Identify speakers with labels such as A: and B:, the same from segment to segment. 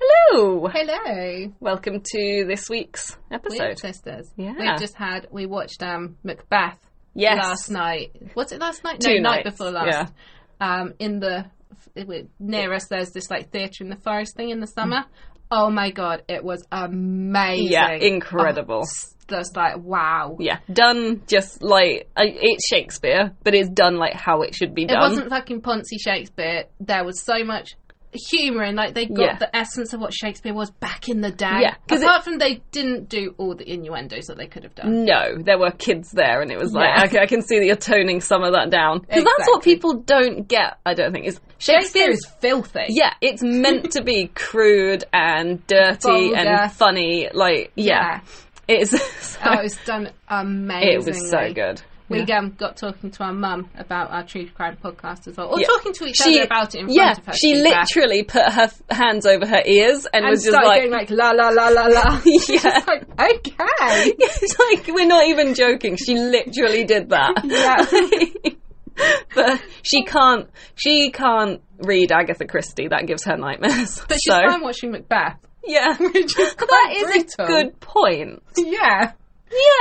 A: Hello.
B: Hello,
A: Welcome to this week's
B: Weird
A: episode.
B: Sisters.
A: Yeah.
B: We've just had, we watched um, Macbeth
A: Yes.
B: last night. Was it last night?
A: Two
B: no, night
A: nights,
B: before last. Um, in the, it was- near us there's this like theatre in the forest thing in
A: Mm.
B: the summer. Oh my god, it was amazing.
A: Yeah, incredible.
B: Oh, s- just like, wow.
A: Yeah, done just like I- it's Shakespeare, but it's done like how it should be
B: It
A: done.
B: wasn't fucking Ponzi Shakespeare. There was so much humour and like they got
A: Yeah.
B: the essence of what Shakespeare was back in the day.
A: Yeah, 'cause
B: Apart from they didn't do all the innuendos that they could have done.
A: no, there were kids there, and it was like
B: Yeah.
A: I, c- I can see that you're toning some of that down because that's what
B: Exactly.
A: people don't get. I don't think is
B: Shakespeare is filthy.
A: Yeah, it's meant to be crude and dirty
B: Vulgar.
A: and funny. Like, yeah, it's so,
B: Oh, it was done amazing.
A: it was so good.
B: We um, got talking to our mum about our true crime podcast as well, or
A: Yeah.
B: talking to each other about it in
A: yeah,
B: front of her.
A: she
B: to be fair.
A: literally put her f- hands over her ears and,
B: and
A: was just
B: started
A: like,
B: going like la la la la la. She's
A: Yeah.
B: just like okay.
A: it's like we're not even joking. She literally did that.
B: Yeah.
A: but she can't. She can't read Agatha Christie. That gives her nightmares.
B: But she's
A: so,
B: fine watching Macbeth.
A: yeah,
B: Which is quite
A: that is
B: brutal.
A: a good point.
B: Yeah.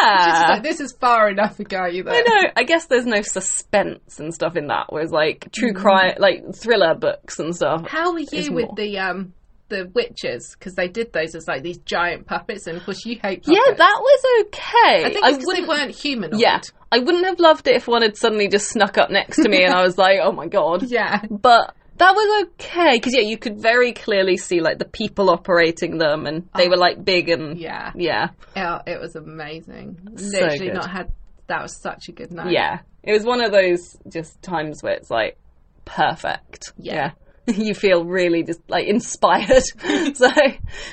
A: Yeah.
B: She's like, this is far enough ago, you
A: Uh. I know. I guess there's no suspense and stuff in that. Whereas like
B: Mm.
A: true crime, like thriller books and stuff.
B: How were
A: It's
B: you with
A: more.
B: the um the witches? Because they did those as like these giant puppets, and of course you hate. Puppets.
A: Yeah, that was okay.
B: I think it's 'cause
A: wouldn't.
B: they weren't humanoid.
A: yeah, I wouldn't have loved it if one had suddenly just snuck up next to me and I was like, oh my god.
B: Yeah.
A: But that was okay because yeah, you could very clearly see like the people operating them, and they were like big and
B: Ah. Yeah.
A: yeah,
B: Oh, it was amazing.
A: So
B: Literally
A: good.
B: not had that was such a good night.
A: yeah. It was one of those just times where it's like perfect.
B: Yeah.
A: yeah. you feel really just like inspired. so,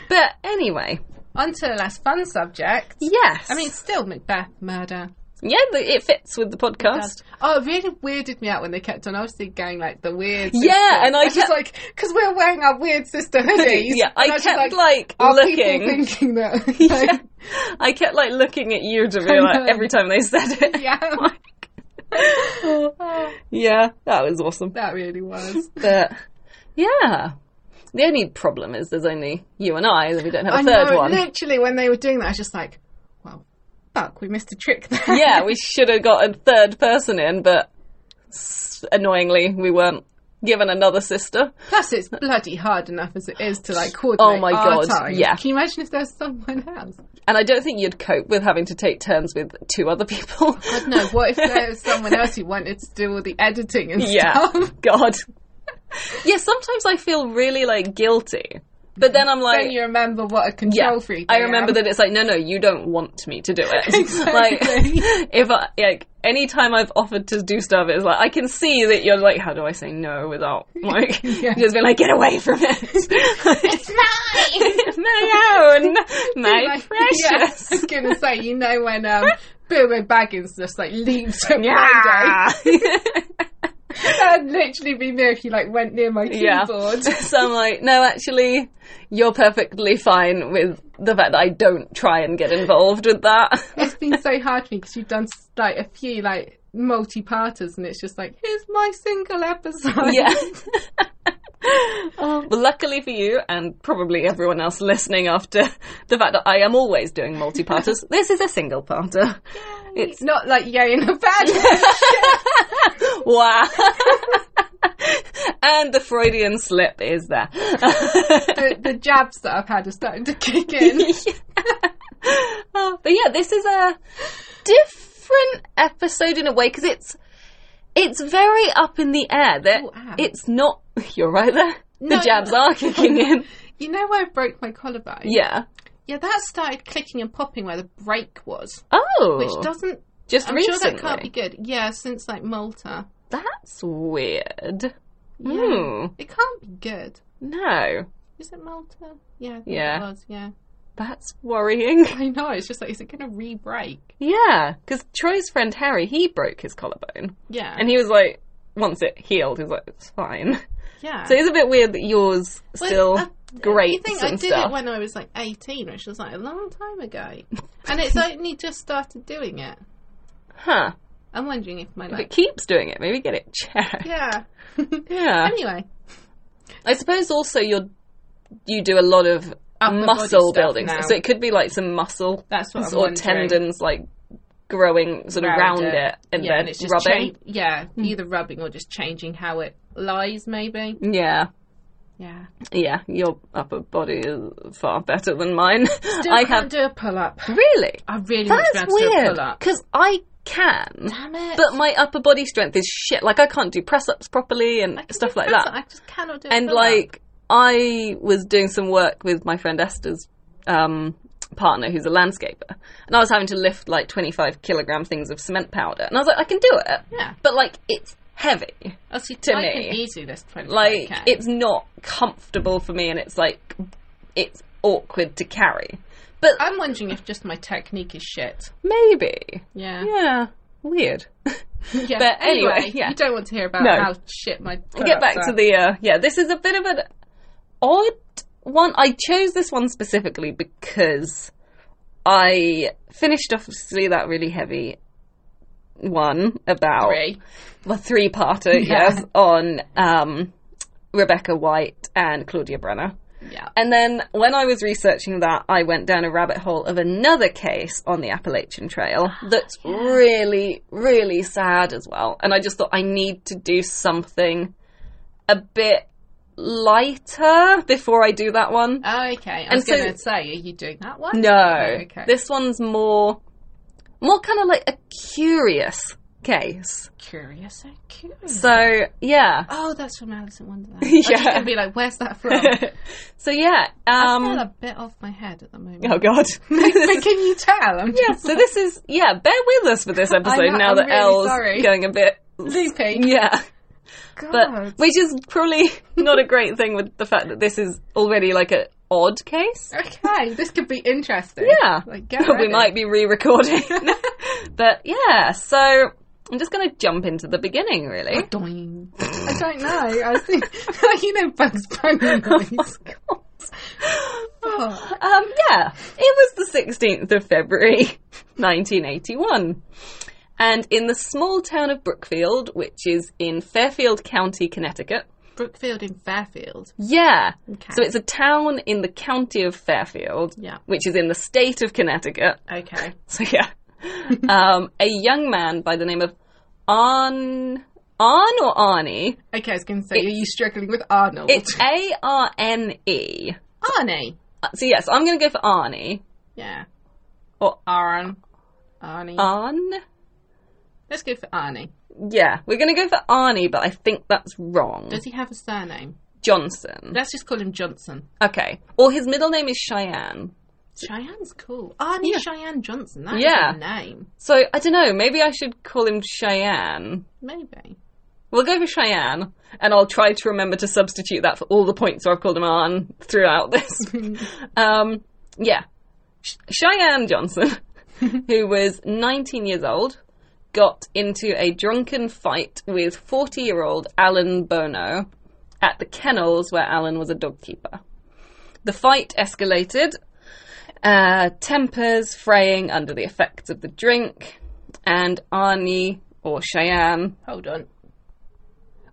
A: but anyway,
B: On to the less fun subject.
A: yes.
B: I mean still Macbeth murder.
A: yeah, the, it fits with the podcast.
B: Oh, it really weirded me out when they kept on obviously going like the weird.
A: Yeah,
B: sisters.
A: and I
B: was just like because we're wearing our weird sister hoodies.
A: Yeah, I
B: And was just
A: kept
B: like,
A: like,
B: are people
A: looking.
B: thinking that? Like,
A: Yeah. I kept like looking at you to be
B: I
A: like
B: know.
A: every time they said it.
B: yeah. Oh,
A: yeah, that was awesome.
B: that really was.
A: But yeah, the only problem is there's only you and I, that we don't have a
B: I
A: third
B: know.
A: one.
B: Literally, when they were doing that, I was just like, "Well, fuck, we missed a trick there."
A: Yeah, we should have got a third person in, but s- annoyingly, we weren't given another sister.
B: Plus, it's bloody hard enough as it is to like coordinate.
A: Oh my
B: our
A: God,
B: times.
A: yeah.
B: Can you imagine if there's someone else?
A: And I don't think you'd cope with having to take turns with two other people.
B: Oh, God no. What if there was someone else who wanted to do all the editing and
A: Yeah,
B: stuff?
A: God. Yeah, sometimes I feel really like guilty, but then I'm like,
B: Then you remember what a control
A: yeah,
B: freak.
A: I remember
B: am.
A: that it's like, no, no, you don't want me to do it.
B: Exactly.
A: Like, if I, like, any time I've offered to do stuff, it's like, I can see that you're like, how do I say no without, like,
B: Yeah.
A: just being like, get away from it.
B: It's mine.
A: my own, my
B: Like,
A: precious.
B: Yeah, I was gonna say, you know when um, Bilbo Baggins just like leaves her window.
A: Yeah.
B: That'd literally be me if you like went near my
A: Yeah.
B: keyboard.
A: so I'm like, no, actually, you're perfectly fine with the fact that I don't try and get involved with that.
B: it's been so hard for me because you've done like a few like multi-parters and it's just like here's my single episode Oh
A: yeah. well, luckily for you, and probably everyone else listening after the fact that I am always doing multi-parters, this is a single-parter.
B: it's not like yay in a bad
A: Wow. and the Freudian slip is there.
B: the, the jabs that i've had are starting to kick in
A: Oh, but yeah, this is a different episode in a way because it's it's very up in the air. That
B: Oh, ow.
A: it's not. You're right there.
B: No,
A: the jabs
B: no.
A: are kicking in.
B: you know where i broke my collarbone
A: Yeah.
B: yeah that started clicking and popping where the break was
A: Oh,
B: which doesn't
A: just
B: i'm
A: recently.
B: sure that can't be good yeah since like malta
A: That's weird.
B: yeah
A: Hmm.
B: it can't be good
A: No,
B: is it malta yeah I think
A: Yeah.
B: it was yeah
A: that's worrying.
B: i know it's just like is it gonna re-break
A: Yeah, because Troy's friend Harry he broke his collarbone,
B: yeah
A: and he was like, once it healed, he was like, it's fine.
B: yeah
A: So it's a bit weird that yours
B: Well,
A: still
B: I-
A: grates
B: You think I
A: and
B: did
A: stuff.
B: it when I was like 18, which was like a long time ago, and it's only just started doing it.
A: Huh.
B: I'm wondering if my
A: If it
B: like,
A: keeps doing it, maybe get it checked.
B: yeah.
A: Yeah.
B: anyway,
A: I suppose also your you do a lot of
B: Upper body
A: muscle
B: stuff
A: building.
B: now.
A: So it could be like some muscle
B: That's what I'm
A: or
B: wondering.
A: tendons like growing sort of round, it. and
B: yeah,
A: then
B: and it's just
A: rubbing. Hmm.
B: chan- yeah, either rubbing or just changing how it lies, maybe.
A: yeah.
B: Yeah,
A: Yeah, your upper body is far better than mine.
B: Still
A: I
B: can't
A: have
B: do a pull up.
A: really.
B: I really want to
A: That's
B: be able to do a
A: weird
B: pull up.
A: because I can,
B: Damn it!
A: but my upper body strength is shit. Like I can't do press ups properly and
B: I can
A: stuff
B: do
A: like
B: press-
A: that.
B: I just cannot do. a
A: and
B: pull-up.
A: like I was doing some work with my friend Esther's um, partner, who's a landscaper, and I was having to lift like twenty five kilogram things of cement powder, and I was like, I can do it,
B: yeah,
A: but like it's heavy.
B: oh, see,
A: to
B: I
A: me,
B: can easily lift twenty.
A: Like
B: okay.
A: it's not comfortable for me, and it's like it's awkward to carry. But
B: I'm wondering if just my technique is shit.
A: maybe,
B: Yeah.
A: yeah, weird.
B: Yeah,
A: But anyway, yeah.
B: you don't want to hear about
A: No.
B: how shit my.
A: get back to the uh, yeah. This is a bit of an odd one. I chose this one specifically because I finished off see that really heavy one about
B: three.
A: the three parter
B: Yeah.
A: yes on um, Rebecca White and Claudia Brenner.
B: Yeah,
A: And then when I was researching that, I went down a rabbit hole of another case on the Appalachian Trail
B: Ah,
A: that's really, really sad as well. And I just thought I need to do something a bit lighter before I do that one.
B: oh, okay. I
A: And
B: was
A: so-
B: going to say, are you doing that one?
A: No,
B: okay.
A: this one's more, more kind of like a curious case.
B: Curious, so curious.
A: So yeah,
B: Oh, that's from Alice in Wonderland.
A: Yeah.
B: I'm gonna be like, where's that from?
A: so yeah.
B: I'm
A: Um,
B: not a bit off my head at the moment.
A: oh god.
B: but can you tell? I'm
A: Yeah,
B: just
A: so this is yeah. Bear with us for this episode
B: know,
A: now
B: I'm
A: that
B: really
A: Elle's
B: sorry.
A: going a bit
B: loopy.
A: yeah,
B: God.
A: but which is probably not a great thing with the fact that this is already like an odd case.
B: okay, this could be interesting.
A: Yeah.
B: Oh, like get
A: we
B: ready.
A: might be re-recording, but yeah. So I'm just going to jump into the beginning, really.
B: Doing. I don't know. I was thinking, you know, Bugs Bunny noise. Oh,
A: Um, yeah, it was the 16th of February, 1981. And in the small town of Brookfield, which is in Fairfield County, Connecticut,
B: Brookfield in Fairfield.
A: Yeah.
B: Okay.
A: So it's a town in the county of Fairfield,
B: Yeah.
A: which is in the state of Connecticut.
B: Okay.
A: So yeah. um, a young man by the name of Arn Arn or Arnie.
B: Okay, I was going to say, are you struggling with Arnold?
A: It's A R N E.
B: Arnie.
A: Uh, So yes, I'm gonna go for Arnie.
B: Yeah.
A: Or
B: Arn. Arnie.
A: Uh. Arn?
B: Let's go for Arnie.
A: Yeah, we're gonna go for Arnie, but I think that's wrong.
B: Does he have a surname?
A: Johnson.
B: Let's just call him Johnson.
A: Okay. Or his middle name is Cheyenne.
B: Cheyenne's cool. Arnie
A: Yeah.
B: Oh, Cheyenne Johnson. That's
A: Yeah.
B: a name.
A: So I don't know, maybe I should call him Cheyenne.
B: Maybe.
A: We'll go for Cheyenne, and I'll try to remember to substitute that for all the points where I've called him on throughout this. um, yeah. Sh- Cheyenne Johnson, who was 19 years old, got into a drunken fight with 40 year old Alan Bono at the kennels where Alan was a dog keeper. The fight escalated, uh, tempers fraying under the effects of the drink, and Arnie, or Cheyenne,
B: Hold on.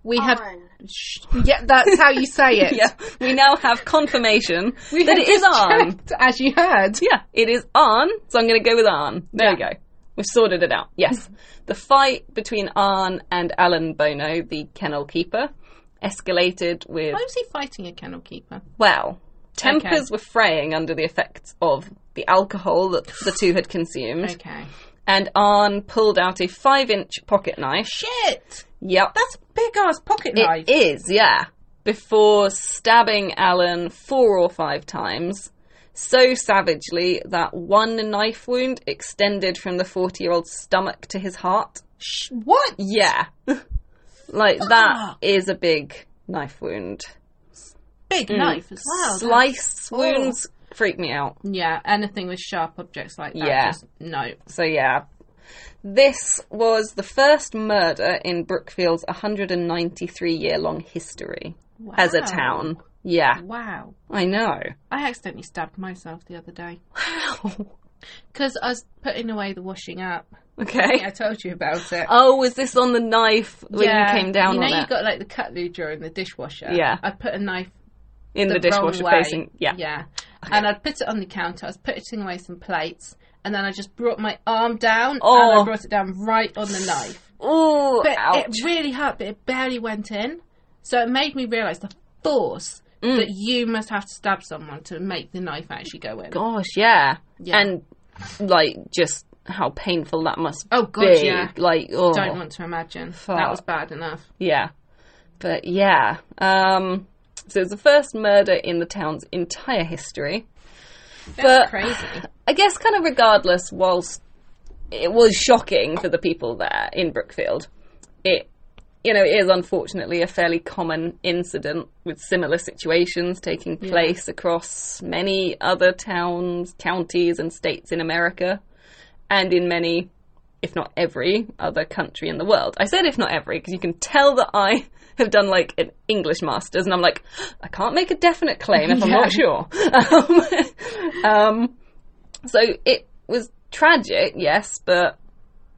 B: We have. Shh. Yeah, that's how you say it.
A: yeah, we now have confirmation
B: We
A: that
B: have
A: it is
B: just
A: on.
B: checked, As you heard.
A: Yeah, it is on. So I'm going to go with Arn. There we go. We've sorted it out. Yes. the fight between Arn and Alan Bono, the kennel keeper, escalated with,
B: Why was he fighting a kennel keeper?
A: well, tempers were fraying under the effects of the alcohol that the two had consumed.
B: Okay.
A: And Arn pulled out a five inch pocket knife.
B: Shit!
A: Yep.
B: That's a big ass pocket
A: It is,
B: knife.
A: yeah. Before stabbing Alan four or five times, so savagely that one knife wound extended from the 40 year old's stomach to his heart.
B: Sh- what?
A: Yeah. like, that is a big knife wound.
B: Big knife as well.
A: Slice
B: Oh.
A: wounds freak me out.
B: Yeah, anything with sharp objects like that.
A: Yeah.
B: Just, no.
A: So, yeah. This was the first murder in Brookfield's 193 year long history as a
B: Wow.
A: town. Yeah,
B: Wow.
A: I know.
B: I accidentally stabbed myself the other day.
A: Wow.
B: Because I was putting away the washing up.
A: Okay.
B: I told you about it.
A: Oh, was this on the knife when you came down
B: You know
A: on
B: you
A: it?
B: got like the cutlery drawer in the dishwasher.
A: Yeah.
B: I put a knife
A: in the,
B: wrong
A: dishwasher
B: way.
A: facing. Yeah.
B: Yeah. And I'd put it on the counter. I was putting away some plates. And then I just brought my arm down and I
A: Oh.
B: brought it down right on the knife.
A: Oh,
B: But
A: ouch.
B: it really hurt, but it barely went in. So it made me realise the force
A: Mm.
B: that you must have to stab someone to make the knife actually go in.
A: Gosh, yeah.
B: Yeah.
A: And like just how painful that must
B: Oh, God,
A: be.
B: yeah.
A: Like oh
B: Don't want to imagine. That
A: Fuck.
B: was bad enough.
A: yeah. But yeah. Um so it's the first murder in the town's entire history.
B: That's
A: But-
B: crazy.
A: I guess kind of regardless, whilst it was shocking for the people there in Brookfield, it you know, it is unfortunately a fairly common incident with similar situations taking place across many other towns, counties and states in America and in many if not every other country in the world. I said if not every because you can tell that I have done like an English masters and I'm like I can't make a definite claim if I'm not sure. Um, um, so it was tragic, yes, but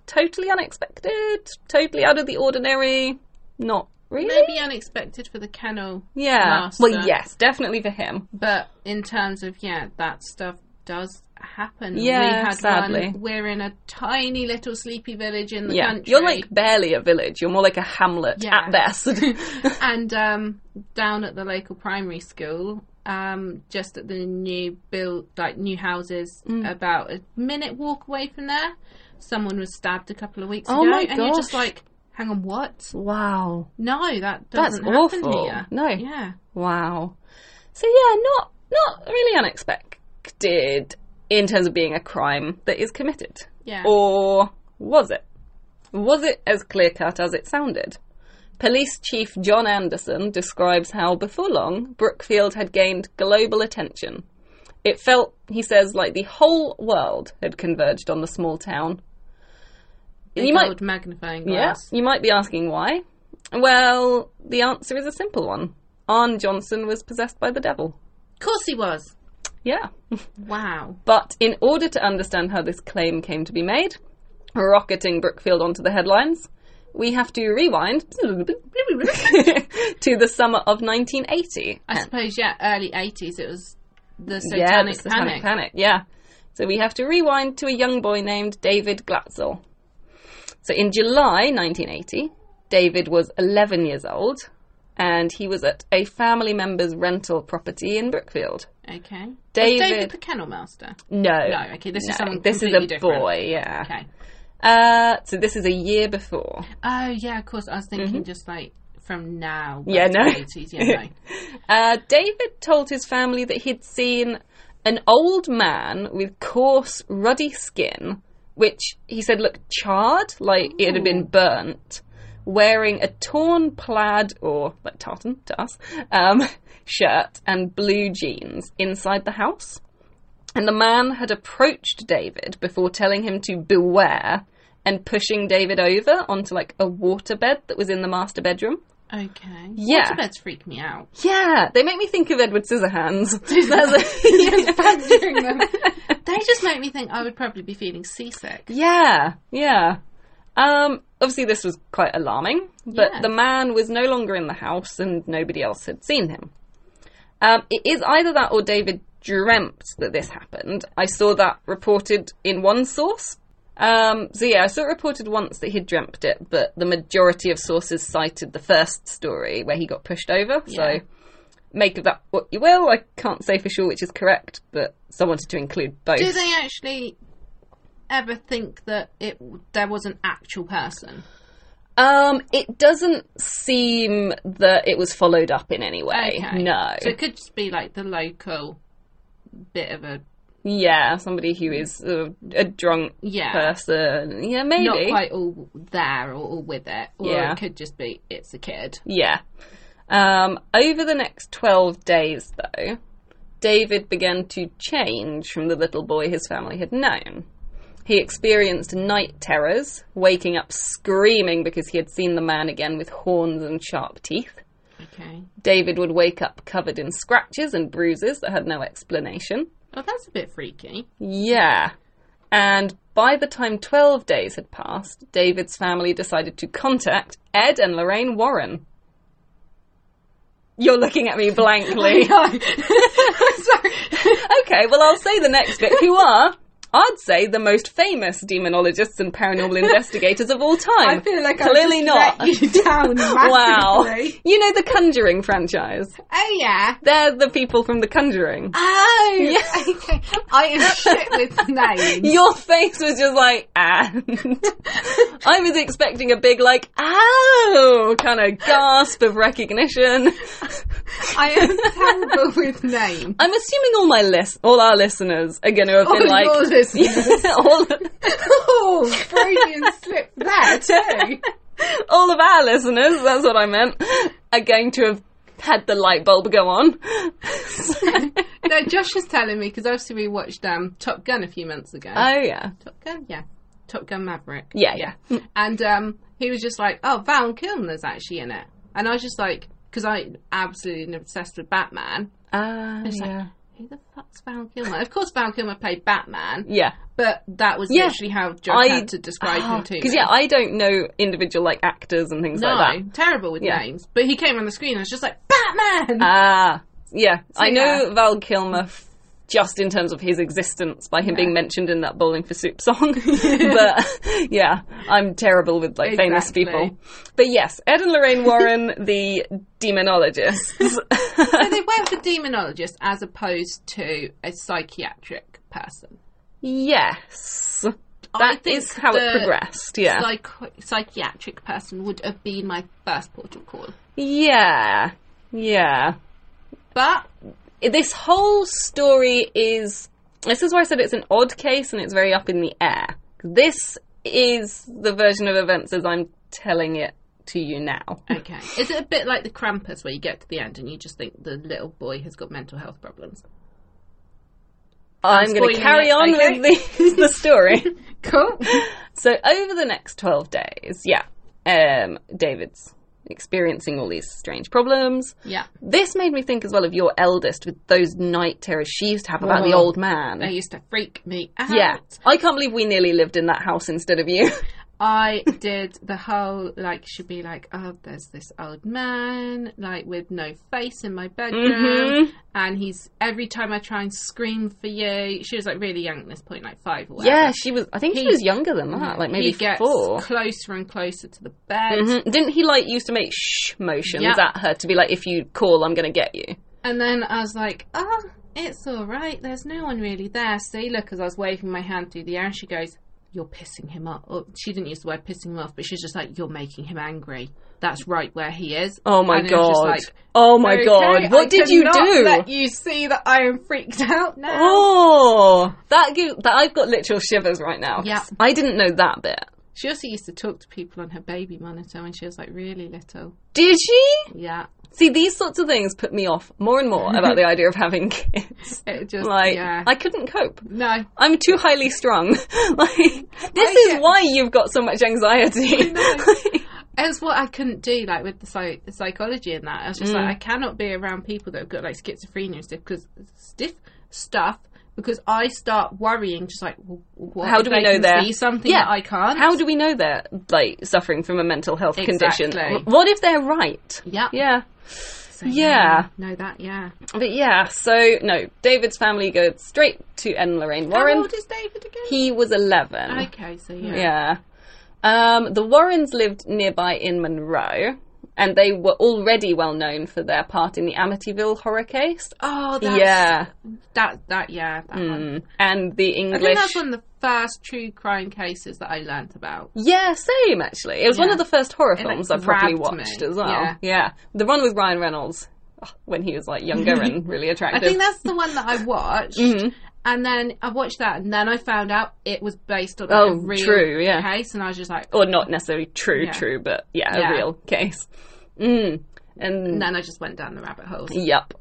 A: totally unexpected, totally out of the ordinary. Not really.
B: Maybe unexpected for the kennel,
A: yeah.
B: master.
A: Well, yes, definitely for him.
B: but in terms of yeah, that stuff does happen.
A: Yeah,
B: we had
A: sadly.
B: One, we're in a tiny little sleepy village in the
A: Yeah.
B: country.
A: You're like barely a village. You're more like a hamlet
B: Yeah.
A: at best.
B: and um, down at the local primary school, um, just at the new build, like new houses,
A: Mm.
B: about a minute walk away from there, someone was stabbed a couple of weeks
A: Oh
B: ago,
A: my
B: and you're just
A: gosh.
B: like, "Hang on, what?
A: wow.
B: No, that
A: That's
B: doesn't happen
A: awful.
B: here.
A: No.
B: yeah,
A: Wow. So yeah, not not really unexpected in terms of being a crime that is committed.
B: yeah,
A: Or was it? Was it as clear cut as it sounded? Police Chief John Anderson describes how, before long, Brookfield had gained global attention. It felt, he says, like the whole world had converged on the small town.
B: Big
A: you might-
B: old magnifying
A: Yeah,
B: glass.
A: you might be asking why. Well, the answer is a simple one. Arn Johnson was possessed by the devil.
B: Of course he was.
A: Yeah.
B: Wow.
A: But in order to understand how this claim came to be made, rocketing Brookfield onto the headlines, we have to rewind to the summer of 1980.
B: I suppose, yeah, early 80s, it was the Satanic,
A: yeah, the Satanic
B: Panic.
A: Panic. Yeah. So we have to rewind to a young boy named David Glatzel. So in July 1980, David was 11 years old and he was at a family member's rental property in Brookfield.
B: Okay. Was
A: David-
B: David the Kennel Master.
A: No.
B: No, okay, this is someone
A: this is a
B: completely different.
A: boy, yeah.
B: Okay.
A: Uh, so this is a year before.
B: Oh, yeah, of course. I was thinking just like from now. back
A: Mm-hmm. Yeah,
B: to
A: no.
B: the 80s, yeah, no.
A: Uh, David told his family that he'd seen an old man with coarse, ruddy skin, which he said looked charred, like it had been burnt, wearing a torn plaid or like tartan to us um, shirt and blue jeans inside the house. And the man had approached David before telling him to beware and pushing David over onto like a waterbed that was in the master bedroom.
B: Okay.
A: Yeah.
B: Waterbeds freak me out.
A: Yeah, they make me think of Edward Scissorhands. That's
B: Just
A: a-
B: badgering them. They just make me think I would probably be feeling seasick.
A: yeah, yeah. Um, obviously, this was quite alarming, but
B: Yeah.
A: the man was no longer in the house and nobody else had seen him. Um, it is either that or David dreamt that this happened. I saw that reported in one source. Um, so, yeah, I saw it reported once that he'd dreamt it, but the majority of sources cited the first story where he got pushed over.
B: Yeah.
A: So, make of that what you will. I can't say for sure which is correct, but so I wanted to include both.
B: Do they actually ever think that it there was an actual person?
A: Um, it doesn't seem that it was followed up in any way.
B: Okay.
A: No.
B: So it could just be like the local bit of a
A: yeah, somebody who is a, a drunk
B: yeah,
A: person. Yeah, maybe.
B: not quite all there or all with it. Or
A: Yeah.
B: it could just be it's a kid.
A: Yeah. Um, over the next 12 days, though, David began to change from the little boy his family had known. He experienced night terrors, waking up screaming because he had seen the man again with horns and sharp teeth.
B: Okay.
A: David would wake up covered in scratches and bruises that had no explanation.
B: Oh, that's a bit freaky.
A: Yeah. And by the time 12 days had passed, David's family decided to contact Ed and Lorraine Warren. You're looking at me blankly.
B: Sorry.
A: okay, well, I'll say the next bit. Who are, I'd say, the most famous demonologists and paranormal investigators of all time.
B: I feel like
A: Clearly
B: I've
A: not.
B: just let you down
A: Wow.
B: massively.
A: You know the Conjuring franchise?
B: Oh yeah.
A: They're the people from the Conjuring.
B: Oh.
A: Yes.
B: Okay. I am shit with names.
A: Your face was just like, and. I was expecting a big, like, ow, kind of gasp of recognition.
B: I am terrible with names.
A: I'm assuming all my list, all our listeners are going to have
B: All
A: been like,
B: your listeners.
A: all,
B: oh, Freudian slip there too.
A: all of our listeners, that's what I meant, are going to have had the light bulb go on.
B: No, Josh was telling me because obviously we watched um, Top Gun a few months ago.
A: oh yeah,
B: Top Gun, yeah. Top Gun Maverick.
A: yeah, yeah.
B: And um, he was just like, "Oh, Val Kilmer's actually in it," and I was just like, "Because I absolutely am obsessed with Batman."
A: Ah,
B: It's like-
A: yeah.
B: Who the fuck's Val Kilmer? Of course, Val Kilmer played Batman,
A: Yeah,
B: but that was
A: Yeah.
B: literally how Josh
A: I- Ah,
B: had to describe him to me.
A: because yeah, I don't know individual like actors and things
B: no,
A: like that.
B: terrible with
A: Yeah.
B: names. But he came on the screen and I was just like, "Batman!"
A: Ah, yeah, I know
B: yeah.
A: Val Kilmer f- just in terms of his existence by him being mentioned in that Bowling for Soup song, but yeah, I'm terrible with like famous
B: Exactly.
A: people. But yes, Ed and Lorraine Warren, the demonologists.
B: so they went for demonologist as opposed to a psychiatric person.
A: yes,
B: I
A: that
B: think
A: is how
B: the
A: it progressed. Yeah,
B: psych- psychiatric person would have been my first port of call.
A: yeah, yeah.
B: But
A: this whole story is this is why I said it's an odd case and it's very up in the air. This is the version of events as I'm telling it to you now.
B: okay, is it a bit like the Krampus where you get to the end and you just think the little boy has got mental health problems?
A: I'm going
B: spoiling
A: to carry
B: it,
A: on
B: okay?
A: with the, the story.
B: Cool.
A: so over the next 12 days, yeah, um, David's experiencing all these strange problems.
B: yeah,
A: This made me think as well of your eldest with those night terrors she used to have about the
B: Whoa.
A: old man.
B: they used to freak me out.
A: yeah, I can't believe we nearly lived in that house instead of you.
B: I did the whole like she'd be like, oh, there's this old man like with no face in my bedroom,
A: Mhm.
B: and he's every time I try and scream for you, she was like really young at this point, like five or whatever.
A: Yeah, she was. I think she
B: He-
A: was younger than that, like maybe
B: he gets
A: four.
B: closer and closer to the bed,
A: Mhm. Didn't he like used to make shh motions
B: Yeah.
A: at her to be like, if you call, I'm gonna get you.
B: and then I was like, oh, it's all right. There's no one really there. See, look, as I was waving my hand through the air, and she goes. You're pissing him off. Or, she didn't use the word pissing him off, but she's just like, "You're making him angry. That's right where he is."
A: Oh my
B: And it was just
A: god!
B: like,
A: oh my
B: Okay,
A: god!
B: I
A: What did you
B: cannot
A: do?
B: Let you see that I am freaked out now.
A: Oh, that give, that I've got literal shivers right now.
B: Yeah.
A: I didn't know that bit.
B: She also used to talk to people on her baby monitor when she was like really little.
A: Did she?
B: Yeah,
A: See, these sorts of things put me off more and more about the idea of having kids.
B: it just
A: Like,
B: yeah.
A: I couldn't cope.
B: no,
A: I'm too highly strung. like, this
B: I
A: is
B: get-
A: why you've got so much anxiety.
B: it was what I couldn't do. Like with the psych- psychology and that, I was just
A: Mm.
B: like, I cannot be around people that have got like schizophrenia and stuff because stiff stuff. Because I start worrying, just like, w- what
A: How
B: if
A: do we
B: they
A: know
B: can
A: they're-
B: see something
A: Yeah.
B: that I can't?
A: How do we know they're like suffering from a mental health condition?
B: Exactly.
A: What if they're right?
B: Yep.
A: Yeah.
B: So,
A: Yeah.
B: no, that, yeah.
A: But yeah, so no, David's family goes straight to Ed and Lorraine
B: How
A: Warren.
B: old is David again?
A: He was 11.
B: okay, so
A: Yeah. Um, the Warrens lived nearby in Monroe, and they were already well known for their part in the Amityville horror case.
B: Oh, that's,
A: yeah.
B: that that yeah, that one.
A: Mm. And the
B: I
A: English.
B: think that's one of the first true crime cases that I learnt about.
A: Yeah, same actually. It was one
B: Yeah.
A: of the first horror
B: It, like,
A: films I probably
B: grabbed me.
A: watched as well.
B: Yeah.
A: Yeah. the one with Ryan Reynolds oh, when he was like younger and really
B: I
A: attractive.
B: think that's the one that I watched,
A: Mm-hmm.
B: and then I watched that, and then I found out it was based on like,
A: Oh,
B: a real
A: true, yeah. Oh.
B: case, and I was just like,
A: or not necessarily true,
B: Yeah.
A: true, but yeah,
B: Yeah.
A: a real case. Mm. And
B: and then I just went down the rabbit hole.
A: yep.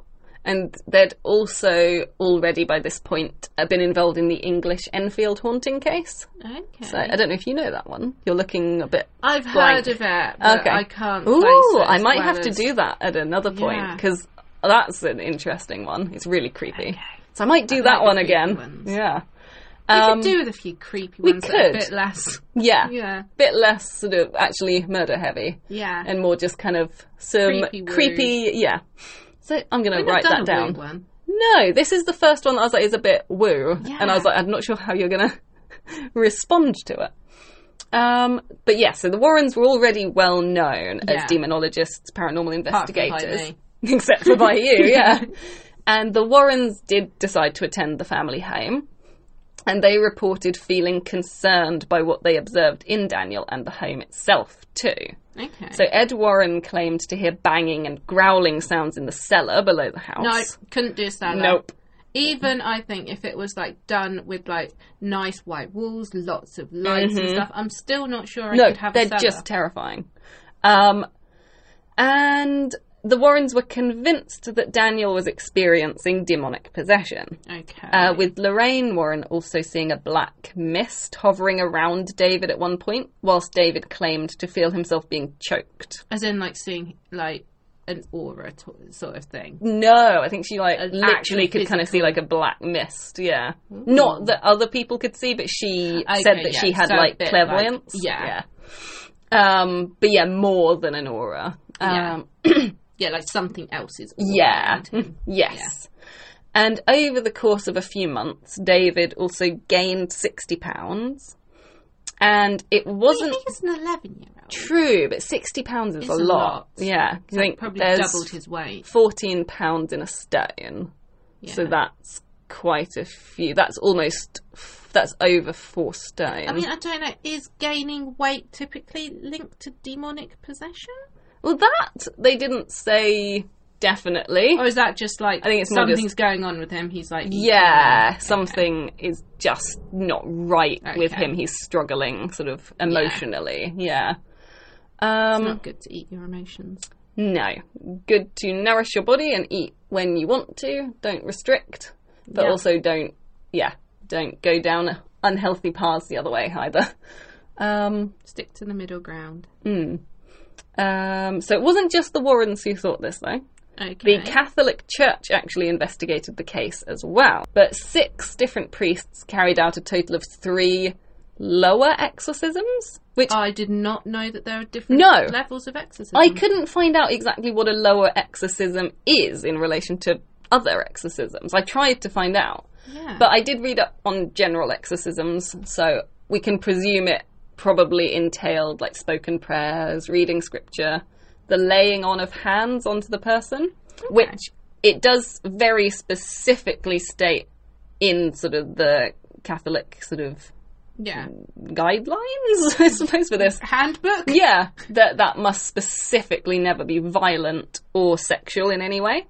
A: And they'd also already by this point uh, been involved in the English Enfield haunting case.
B: Okay,
A: So I don't know if you know that one. You're looking a bit.
B: I've
A: blank.
B: heard of it, but
A: Okay.
B: I can't. place
A: Ooh,
B: it
A: I
B: as
A: might
B: well
A: have to
B: as-
A: do that at another point
B: Yeah.
A: because that's an interesting one. It's really creepy.
B: Okay.
A: So I might do
B: I
A: that
B: like
A: one
B: the creepy
A: again.
B: ones.
A: Yeah.
B: We
A: Um,
B: could do with a few creepy
A: we
B: ones that are a
A: could.
B: bit less.
A: yeah,
B: Yeah.
A: bit less sort of actually murder heavy
B: Yeah.
A: and more just kind of some
B: Creepy
A: creepy,
B: woo.
A: yeah. So I'm gonna
B: We've not
A: write
B: done
A: that
B: a
A: down.
B: weird one.
A: No, this is the first one that I was like is a bit woo,
B: Yeah.
A: and I was like I'm not sure how you're gonna respond to it. Um, but yeah, so the Warrens were already well known
B: Yeah.
A: as demonologists, paranormal
B: Apart from by
A: investigators,
B: me.
A: except for by you, yeah. And the Warrens did decide to attend the family home, and they reported feeling concerned by what they observed in Daniel and the home itself too.
B: Okay.
A: So Ed Warren claimed to hear banging and growling sounds in the cellar below the house.
B: no, I couldn't do Stella.
A: Nope.
B: Even I think if it was like done with like nice white walls, lots of lights and stuff, I'm still not sure I
A: Mm-hmm. no,
B: could have a
A: they're
B: cellar.
A: just terrifying. Um, and the Warrens were convinced that Daniel was experiencing demonic possession,
B: okay.
A: uh, with Lorraine Warren also seeing a black mist hovering around David at one point, whilst David claimed to feel himself being choked.
B: As in like seeing like an aura to- sort of thing.
A: No, I think she like literally
B: actual
A: could kind of see like a black mist. Yeah, not that other people could see, but she said
B: Okay,
A: that
B: yeah,
A: she had
B: so a
A: like
B: bit
A: clairvoyance.
B: like- yeah.
A: yeah. Um, but yeah, more than an aura.
B: Yeah.
A: Um,
B: Yeah, like something else is.
A: yeah. yes. And over the course of a few months, David also gained sixty pounds, and it wasn't.
B: He's an eleven-year-old.
A: True, but sixty pounds is
B: It's
A: a
B: a
A: lot.
B: lot.
A: Yeah, I think
B: Probably
A: there's
B: doubled his weight.
A: fourteen pounds in a stone.
B: Yeah.
A: So that's quite a few. That's almost that's over four stone.
B: I mean, I don't know. Is gaining weight typically linked to demonic possession,
A: well, that they didn't say definitely.
B: or is that just like
A: I think it's more
B: something's going on with him? He's like,
A: yeah, something is just not right with
B: Okay.
A: him. He's struggling sort of emotionally. Yeah. Um,
B: it's not good to eat your emotions.
A: No. Good to nourish your body and eat when you want to. Don't restrict, but
B: Yeah.
A: also don't, yeah, don't go down unhealthy paths the other way either. Um,
B: Stick to the middle ground.
A: um, so it wasn't just the Warrens who thought this, though.
B: Okay.
A: The Catholic Church actually investigated the case as well. But six different priests carried out a total of three lower exorcisms, which
B: I did not know that there are different
A: No.
B: levels of exorcism.
A: I couldn't find out exactly what a lower exorcism is in relation to other exorcisms. I tried to find out,
B: Yeah.
A: but I did read up on general exorcisms, so we can presume it probably entailed like spoken prayers, reading scripture, the laying on of hands onto the person, which it does very specifically state in sort of the Catholic sort of
B: yeah.
A: guidelines, I suppose, for this.
B: Handbook.
A: Yeah, that that must specifically never be violent or sexual in any way.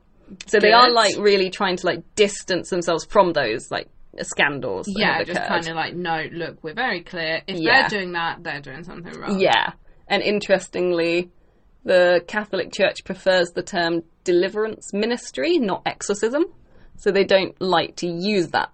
A: So they are
B: Good.
A: like really trying to like distance themselves from those like scandals. that
B: Yeah,
A: have
B: just
A: occurred.
B: kind of like, no, look, we're very clear. If
A: Yeah.
B: they're doing that, they're doing something wrong.
A: Yeah, and interestingly, the Catholic Church prefers the term deliverance ministry, not exorcism. So they don't like to use that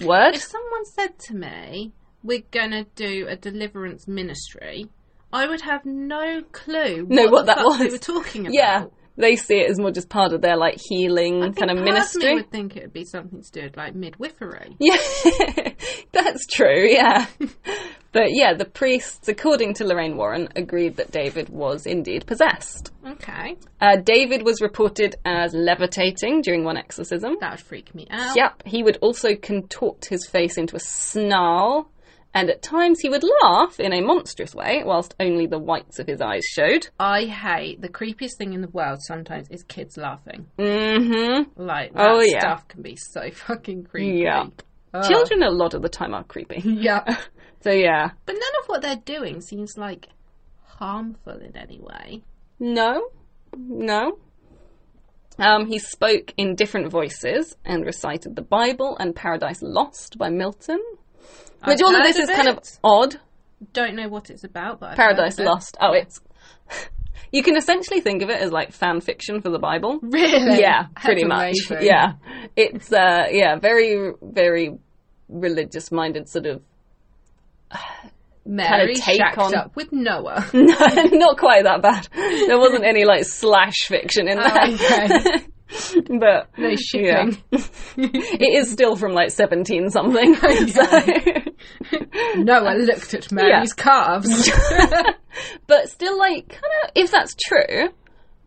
A: word.
B: If someone said to me, we're going to do a deliverance ministry, I would have no clue
A: No, what
B: the
A: that
B: fuck they
A: was.
B: were talking about.
A: Yeah, they see it as more just part of their like
B: I
A: healing
B: think
A: kind of
B: part
A: ministry.
B: me would think it would be something to do with like midwifery.
A: Yeah, that's true, yeah. but yeah, the priests, according to Lorraine Warren, agreed that David was indeed possessed.
B: Okay.
A: Uh, David was reported as levitating during one exorcism.
B: That would freak me out.
A: Yep, he would also contort his face into a snarl, and at times he would laugh in a monstrous way, whilst only the whites of his eyes showed.
B: I hate the creepiest thing in the world sometimes is kids laughing.
A: Mm hmm.
B: Like, that
A: Oh, yeah.
B: stuff can be so fucking creepy.
A: Yeah.
B: Ugh.
A: Children, a lot of the time, are creepy.
B: Yeah.
A: So yeah.
B: But none of what they're doing seems like harmful in any way.
A: No, no. Um, he spoke in different voices and recited the Bible and Paradise Lost by Milton. Which
B: I've
A: all of
B: heard
A: this is kind of
B: it.
A: odd.
B: don't know what it's about, but I've
A: Paradise
B: heard of it.
A: Lost. Oh, it's. You can essentially think of it as like fan fiction for the Bible.
B: Really?
A: Yeah,
B: That's
A: pretty much.
B: amazing.
A: Yeah, it's uh, yeah, very very religious minded sort of.
B: Mary
A: take
B: shacked
A: on-
B: up with Noah.
A: No, not quite that bad. There wasn't any like slash fiction in
B: Oh,
A: there.
B: okay.
A: but
B: No shipping.
A: it is still from like 17 something. So-
B: No, I looked at Mary's calves.
A: but still, like, kind of, if that's true,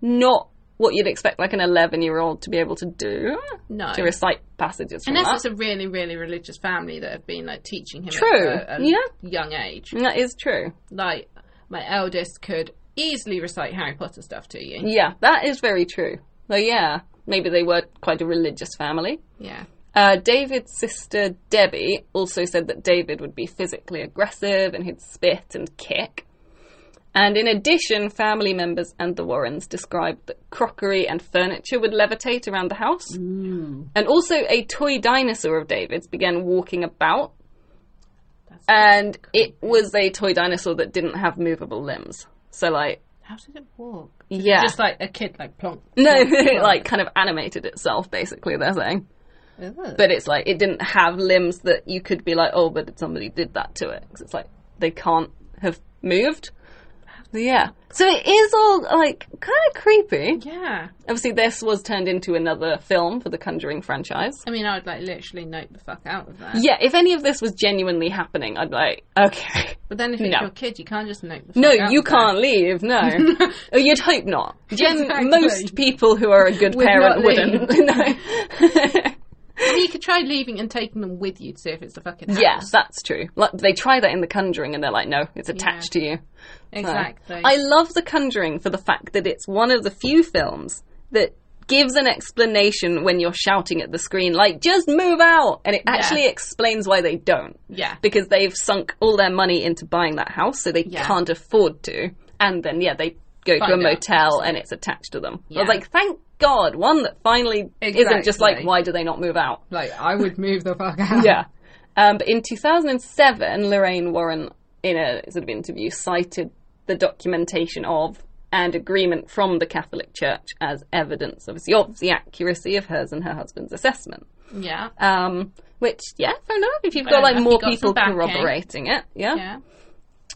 A: not what you'd expect like an 11 year old to be able to do
B: no.
A: to recite passages from
B: Unless
A: that.
B: it's a really, really religious family that have been like teaching him
A: True,
B: at a, a
A: yeah.
B: young age.
A: that is true.
B: Like my eldest could easily recite Harry Potter stuff to you.
A: Yeah, that is very true. So, yeah, maybe they were quite a religious family.
B: Yeah.
A: Uh, David's sister Debbie also said that David would be physically aggressive and he'd spit and kick. And in addition, family members and the Warrens described that crockery and furniture would levitate around the house. And also, a toy dinosaur of David's began walking about.
B: That's
A: And it was a toy dinosaur that didn't have movable limbs. So, like,
B: How did it walk?
A: yeah. Mm.
B: Just like a kid, like plonk.
A: no, it,
B: plonk,
A: like, kind of animated itself, basically, they're saying.
B: plonk. Ugh.
A: but it's like it didn't have limbs that you could be like, oh, but somebody did that to it. 'Cause it's like they can't have moved. Yeah. So it is all like kind of creepy.
B: yeah.
A: Obviously, this was turned into another film for the Conjuring franchise.
B: I mean, I would like literally note the fuck out of that.
A: Yeah, if any of this was genuinely happening, I'd be like, okay.
B: But then if it's
A: No.
B: your kid, you can't just note the fuck
A: No,
B: out
A: you
B: of that.
A: can't leave. No, Oh, you'd hope not. Gen-
B: Exactly.
A: Most people who are a good
B: Would
A: parent
B: not
A: wouldn't. no.
B: I mean, you could try leaving and taking them with you to see if it's the fucking house.
A: yeah, that's true. Like, they try that in The Conjuring, and they're like, no, it's attached to you. So,
B: Exactly.
A: I love The Conjuring for the fact that it's one of the few films that gives an explanation when you're shouting at the screen, like, just move out! And it actually explains why they don't.
B: yeah.
A: Because they've sunk all their money into buying that house, so they
B: Yeah.
A: can't afford to. And then, yeah, they go
B: Find
A: to a
B: out.
A: motel and it's attached to them. I
B: Yeah.
A: was like, thank God, one that finally isn't just like,
B: Exactly.
A: why do they not move out?
B: Like, I would move the fuck out.
A: Yeah. Um, but in 2007, Lorraine Warren, in a sort of interview, cited the documentation of and agreement from the Catholic Church as evidence obviously, of the accuracy of hers and her husband's assessment.
B: Yeah.
A: Um, which, yeah, fair enough. If you've
B: Fair
A: got like
B: enough,
A: more
B: you got some
A: people
B: backing.
A: corroborating it,
B: Yeah.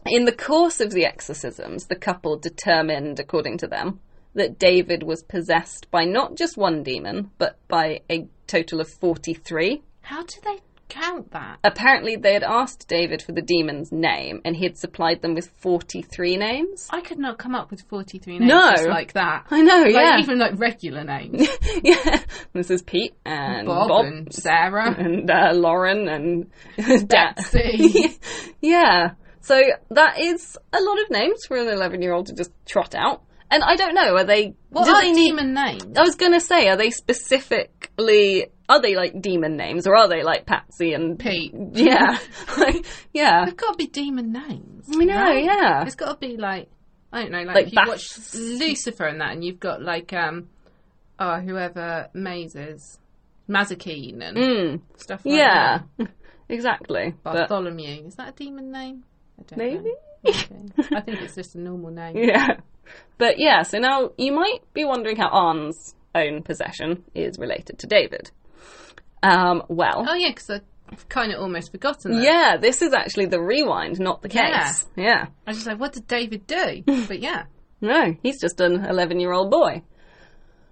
A: in the course of the exorcisms, the couple determined, according to them, that David was possessed by not just one demon, but by a total of 43.
B: How do they count that?
A: Apparently, they had asked David for the demon's name, and he had supplied them with 43 names.
B: I could not come up with 43 names
A: No.
B: just like that.
A: I know,
B: Like,
A: yeah.
B: even like regular names.
A: yeah. This is Pete and
B: Bob,
A: Bob,
B: and Sarah.
A: and uh, Lauren and Dad.
B: Betsy.
A: yeah. So that is a lot of names for an 11 year old to just trot out. And I don't know, are they.
B: What
A: do
B: are
A: they need.
B: demon names?
A: I was going to say, are they specifically. Are they like demon names, or are they like Patsy and.
B: Pete.
A: Yeah. Like, yeah.
B: They've got to be demon names.
A: I know,
B: right?
A: yeah.
B: It's got to be like, I don't know, like,
A: Like
B: if you
A: Bath-
B: watch Lucifer and that and you've got like, um, oh, whoever Maze is. Mazakine and
A: Mm,
B: stuff like
A: yeah.
B: that.
A: exactly. But-
B: Bartholomew. Is that a demon name? I don't
A: Maybe.
B: know. Okay. I think it's just a normal name.
A: Yeah. But yeah, so now you might be wondering how Arn's own possession is related to David. Um, well,
B: Oh, yeah, because I've kind of almost forgotten that.
A: yeah, this is actually the rewind, not the
B: Yeah.
A: case. Yeah.
B: I was just like, what did David do? But yeah.
A: No, he's just an 11 year old boy.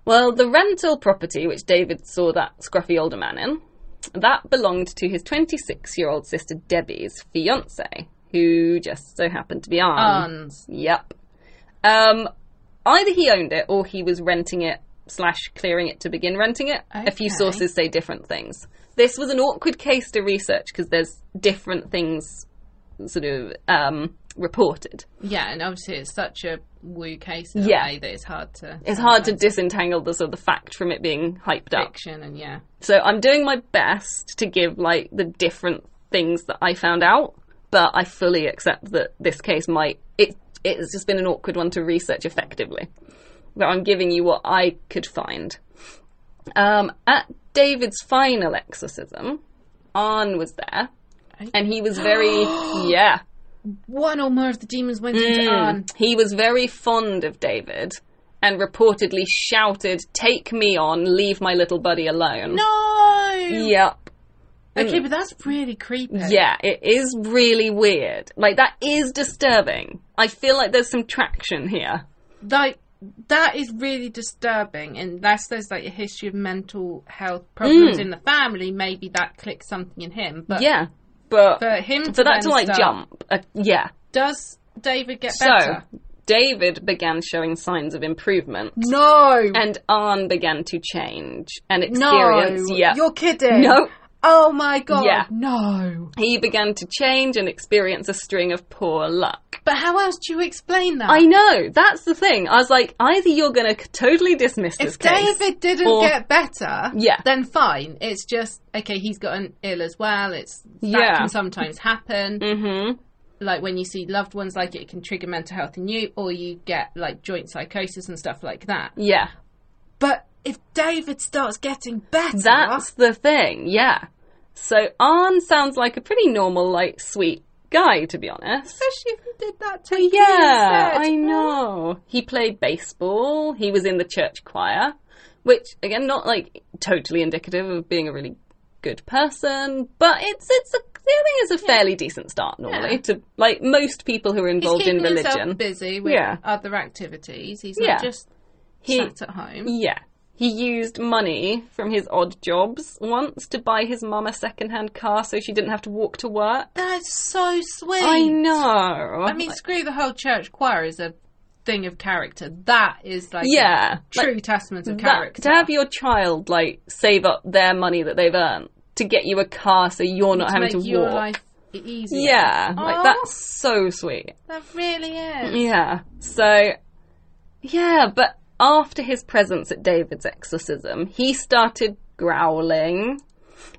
A: Well, the rental property which David saw that scruffy older man in, that belonged to his 26 year old sister Debbie's fiance, who just so happened to be Arn.
B: Arns.
A: Yep. Um, either he owned it or he was renting it slash clearing it to begin renting it. A few
B: Okay.
A: sources say different things. This was an awkward case to research because there's different things sort of um, reported.
B: Yeah, and obviously it's such a woo case in
A: Yeah.
B: a way that it's hard to.
A: It's hard to disentangle the sort of the fact from it being hyped up.
B: Fiction and yeah.
A: So I'm doing my best to give like the different things that I found out, but I fully accept that this case might it it's just been an awkward one to research effectively. But I'm giving you what I could find. Um, at David's final exorcism, Arn was there, and he was very yeah.
B: One or more of the demons went
A: Mm.
B: into Arn.
A: He was very fond of David and reportedly shouted, "Take me on, leave my little buddy alone."
B: No!
A: Yep.
B: Okay, but that's really creepy.
A: Mm. Yeah, it is really weird. Like that is disturbing. I feel like there's some traction here.
B: Like, that is really disturbing. Unless there's like a history of mental health problems
A: Mm.
B: in the family, maybe that clicks something in him. But
A: yeah, but
B: for him to
A: for that
B: then
A: to like
B: start-
A: jump, uh, yeah.
B: does David get
A: So
B: better?
A: David began showing signs of improvement,
B: no,
A: and Arn began to change and experience. yeah,
B: you're kidding.
A: no,
B: Oh my god,
A: Yeah.
B: no.
A: he began to change and experience a string of poor luck.
B: But how else do you explain that?
A: I know. That's the thing. I was like, either you're going to totally dismiss this
B: if
A: case.
B: David didn't
A: or-
B: get better,
A: Yeah.
B: then fine. It's just okay. He's gotten ill as well. It's that
A: Yeah.
B: can sometimes happen.
A: hmm
B: Like when you see loved ones, like it can trigger mental health in you, or you get like joint psychosis and stuff like that.
A: Yeah.
B: But if David starts getting better,
A: That's the thing. Yeah. So Arn sounds like a pretty normal, like, sweet guy, to be honest.
B: especially if he did that to you
A: Yeah,
B: instead.
A: I know. He played baseball. He was in the church choir, which again, not like totally indicative of being a really good person, but it's it's a I think it's a fairly decent start normally
B: Yeah.
A: to like most people who are
B: He's
A: involved in
B: keeping
A: religion.
B: himself busy with
A: Yeah.
B: other activities. He's
A: Yeah.
B: not just
A: He-
B: sat at home.
A: Yeah. He used money from his odd jobs once to buy his mum a second-hand car so she didn't have to walk to work.
B: That's so sweet.
A: I know.
B: I mean, screw the whole church choir is a thing of character. That is like
A: yeah.
B: a true testament of
A: That,
B: character.
A: to have your child, like, save up their money that they've earned to get you a car so you're not
B: to
A: having
B: make
A: to walk.
B: your life easier.
A: yeah. Like,
B: Aw.
A: that's so sweet.
B: that really is.
A: Yeah. So, yeah, but after his presence at David's exorcism, he started growling.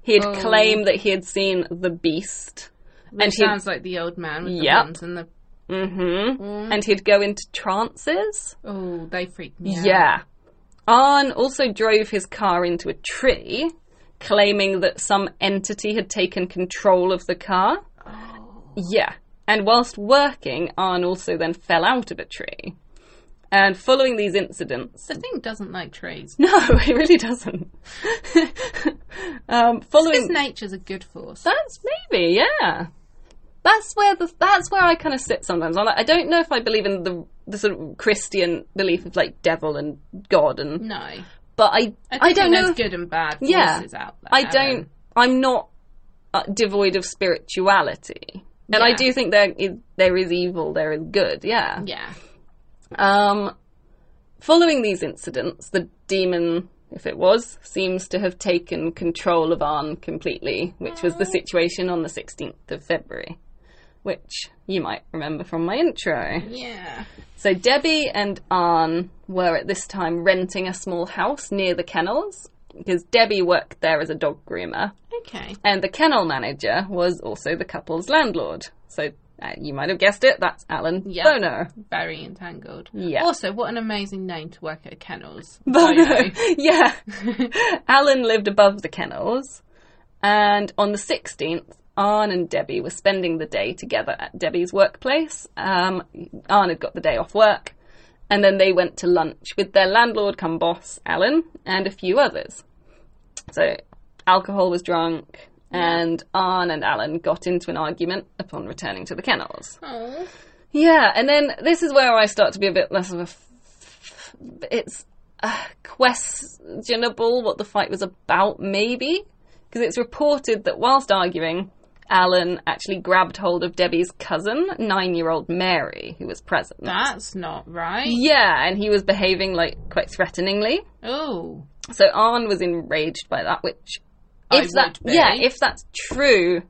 A: He had
B: Oh.
A: claimed that he had seen the beast.
B: Which
A: And he-
B: sounds like the old man with
A: Yep.
B: the buns and the
A: Mm-hmm.
B: Mm.
A: And he'd go into trances.
B: oh, they freak me out.
A: Yeah. Arn also drove his car into a tree, claiming that some entity had taken control of the car. Yeah. And whilst working, Arn also then fell out of a tree. And following these incidents,
B: The thing doesn't like trees.
A: no, he really doesn't. um,
B: Because
A: following
B: nature's a good force.
A: that's maybe yeah. That's where the that's where I kind of sit sometimes. I'm like, I don't know if I believe in the the sort of Christian belief of like devil and God and
B: No,
A: but I I,
B: think
A: don't
B: there's
A: know.
B: good and bad forces
A: Yeah.
B: out there.
A: I don't. I'm not uh, devoid of spirituality, and I
B: Yeah.
A: do think there is there is evil, there is good. Yeah.
B: and- Yeah,
A: Um, following these incidents, the demon, if it was, seems to have taken control of Arn completely, which was the situation on the 16th of February. Which you might remember from my intro.
B: yeah.
A: So Debbie and Arn were at this time renting a small house near the kennels because Debbie worked there as a dog groomer,
B: Okay.
A: and the kennel manager was also the couple's landlord. So uh, you might have guessed it, that's Alan
B: Yeah.
A: Bono.
B: Very entangled.
A: Yeah.
B: Also, what an amazing name to work at kennels. Oh,
A: Bono, yeah. Alan lived above the kennels, and on the 16th, Arn and Debbie were spending the day together at Debbie's workplace. Um, Arn had got the day off work, and then they went to lunch with their landlord come boss, Alan, and a few others. So alcohol was drunk, and Arn and Alan got into an argument upon returning to the kennels.
B: Oh.
A: Yeah, and then this is where I start to be a bit less of a. F- f- it's uh, questionable what the fight was about, maybe, because it's reported that whilst arguing, Alan actually grabbed hold of Debbie's cousin, nine-year-old Mary, who was present.
B: That's not right.
A: yeah, and he was behaving like quite threateningly.
B: Oh,
A: So Arn was enraged by that, which,
B: I
A: if that,
B: would be.
A: yeah, if that's true,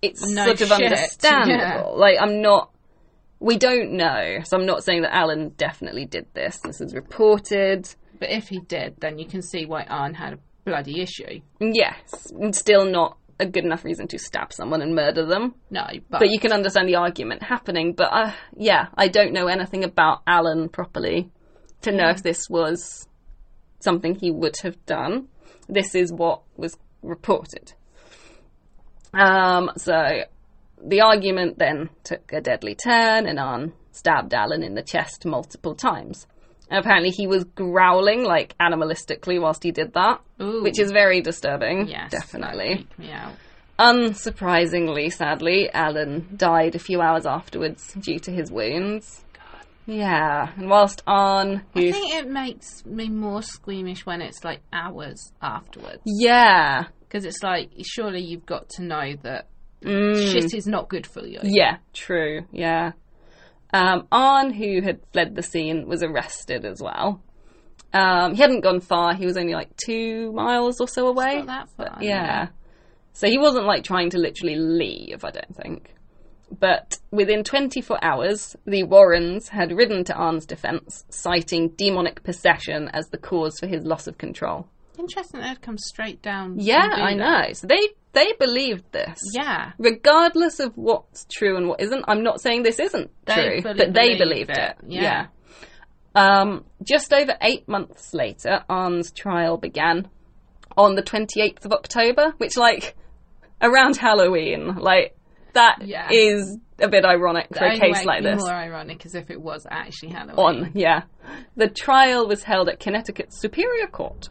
A: it's
B: No
A: sort of
B: shit,
A: understandable.
B: yeah.
A: Like, I'm not, we don't know, so I'm not saying that Alan definitely did this. This is reported.
B: but if he did, then you can see why Arn had a bloody issue.
A: Yes, and still not a good enough reason to stab someone and murder them.
B: No, but,
A: But you can understand the argument happening. But uh, yeah, I don't know anything about Alan properly to know
B: Mm.
A: if this was something he would have done. This is what was reported. Um, so the argument then took a deadly turn, and Arn stabbed Alan in the chest multiple times. And apparently, he was growling like animalistically whilst he did that,
B: Ooh.
A: which is very disturbing.
B: yes, that
A: definitely.
B: freaked me out.
A: Unsurprisingly, sadly, Alan died a few hours afterwards due to his wounds. Yeah. And whilst on,
B: I
A: he's
B: think it makes me more squeamish when it's like hours afterwards.
A: Mm. yeah.
B: Because it's like, surely you've got to know that
A: Mm.
B: shit is not good for you.
A: Yeah, true. Yeah. Um, Arn, who had fled the scene, was arrested as well. Um, he hadn't gone far. He was only like two miles or so away.
B: Not that far.
A: Yeah. So he wasn't like trying to literally leave, I don't think. But within 24 hours, the Warrens had ridden to Arn's defense, citing demonic possession as the cause for his loss of control.
B: Interesting that it comes straight down.
A: Yeah,
B: and do
A: I
B: that.
A: know. So they they believed this.
B: Yeah.
A: Regardless of what's true and what isn't, I'm not saying this isn't
B: They
A: true,
B: fully
A: but they
B: believed
A: believed
B: it.
A: it.
B: Yeah.
A: Um, just over eight months later, Arn's trial began on the 28th of October, which, like, around Halloween, like, that is
B: Yeah.
A: a bit ironic for a
B: Only way
A: case
B: it'd
A: like
B: be
A: this.
B: more ironic is if it was actually Halloween.
A: On, yeah. The trial was held at Connecticut's Superior Court,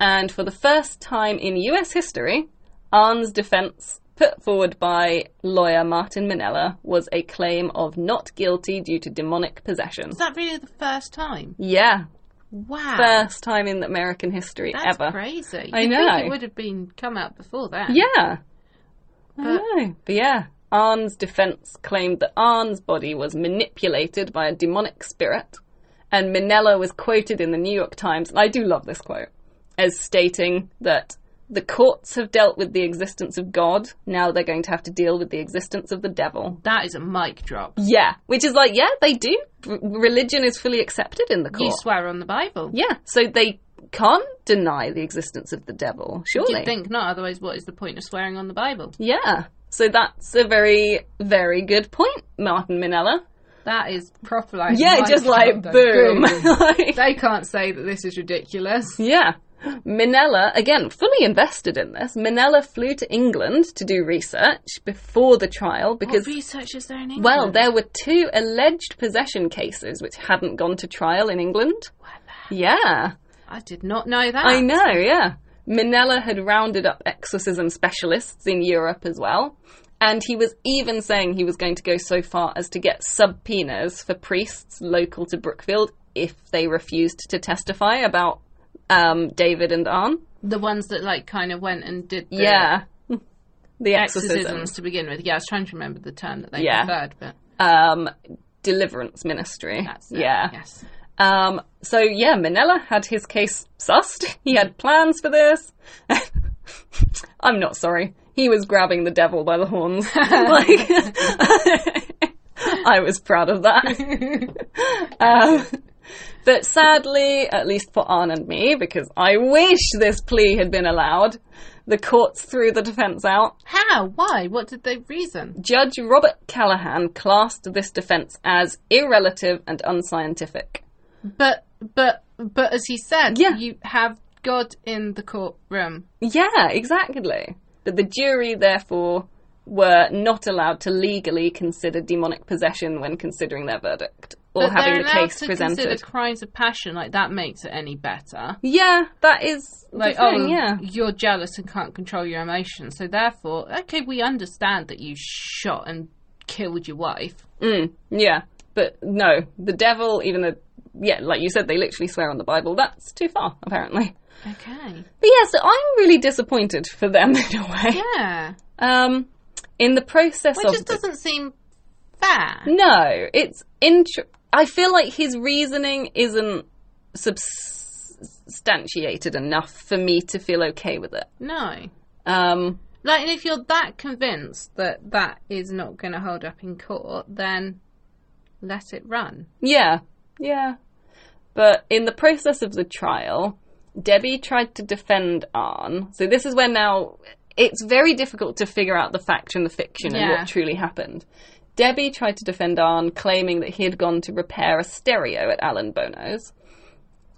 A: and for the first time in US history, Arn's defense, put forward by lawyer Martin Minella, was a claim of not guilty due to demonic possession.
B: Is that really the first time?
A: Yeah,
B: Wow.
A: first time in American history
B: That's
A: ever.
B: crazy.
A: I
B: You'd
A: know.
B: Think it would have been come out before that.
A: Yeah. I
B: But-
A: know. But yeah, Arn's defense claimed that Arn's body was manipulated by a demonic spirit, and Minella was quoted in the New York Times, and I do love this quote, as stating that the courts have dealt with the existence of God, now they're going to have to deal with the existence of the devil.
B: That is a mic drop.
A: Yeah, which is like, yeah, they do. R- religion is fully accepted in the
B: You
A: court.
B: swear on the Bible.
A: yeah, so they can't deny the existence of the devil, surely.
B: You'd think not, otherwise what is the point of swearing on the Bible?
A: Yeah. So that's a very, very good point, Martin Minella.
B: That is proper like
A: Yeah,
B: mic
A: just
B: drop,
A: like
B: though.
A: boom.
B: Boom.
A: Like,
B: they can't say that this is ridiculous.
A: yeah. Minella, again, fully invested in this. Minella flew to England to do research before the trial because,
B: what research is there in England?
A: well, there were two alleged possession cases which hadn't gone to trial in England. Yeah.
B: I did not know that.
A: I know, yeah. Minella had rounded up exorcism specialists in Europe as well. And he was even saying he was going to go so far as to get subpoenas for priests local to Brookfield if they refused to testify about um, David and Arn.
B: The ones that like kind of went and did the
A: Yeah. The exorcisms.
B: exorcisms to begin with. Yeah, I was trying to remember the term that they
A: Yeah.
B: preferred, but
A: Um, deliverance ministry.
B: that's it.
A: Yeah.
B: Yes.
A: Um, so yeah, Minella had his case sussed. He had plans for this. I'm not sorry. He was grabbing the devil by the horns. like, I was proud of that. um, but sadly, at least for Arne and me, because I wish this plea had been allowed, the courts threw the defence out.
B: How? Why? What did they reason?
A: Judge Robert Callahan classed this defence as irrelative and unscientific.
B: But but but as he said,
A: Mm. Yeah.
B: you have God in the courtroom.
A: Yeah, exactly. But the jury, therefore, were not allowed to legally consider demonic possession when considering their verdict or
B: But
A: having
B: they're
A: the
B: allowed
A: case
B: to
A: presented.
B: consider crimes of passion, like that makes it any better.
A: Yeah, that is
B: Like,
A: the thing,
B: oh,
A: yeah.
B: you're jealous and can't control your emotions, so therefore, okay, we understand that you shot and killed your wife.
A: Mm, yeah. But no, the devil, even though, yeah, like you said, they literally swear on the Bible, that's too far, apparently.
B: Okay.
A: But yeah, so I'm really disappointed for them in a way.
B: Yeah.
A: Um, in the process
B: Which
A: of.
B: just doesn't seem fair.
A: No, it's int- I feel like his reasoning isn't substantiated enough for me to feel okay with it.
B: No.
A: Um,
B: Like, and if you're that convinced that that is not going to hold up in court, then let it run.
A: yeah, yeah. But in the process of the trial, Debbie tried to defend Arn. So this is where now it's very difficult to figure out the fact from the fiction and
B: Yeah.
A: what truly happened. Debbie tried to defend Arn, claiming that he had gone to repair a stereo at Alan Bono's,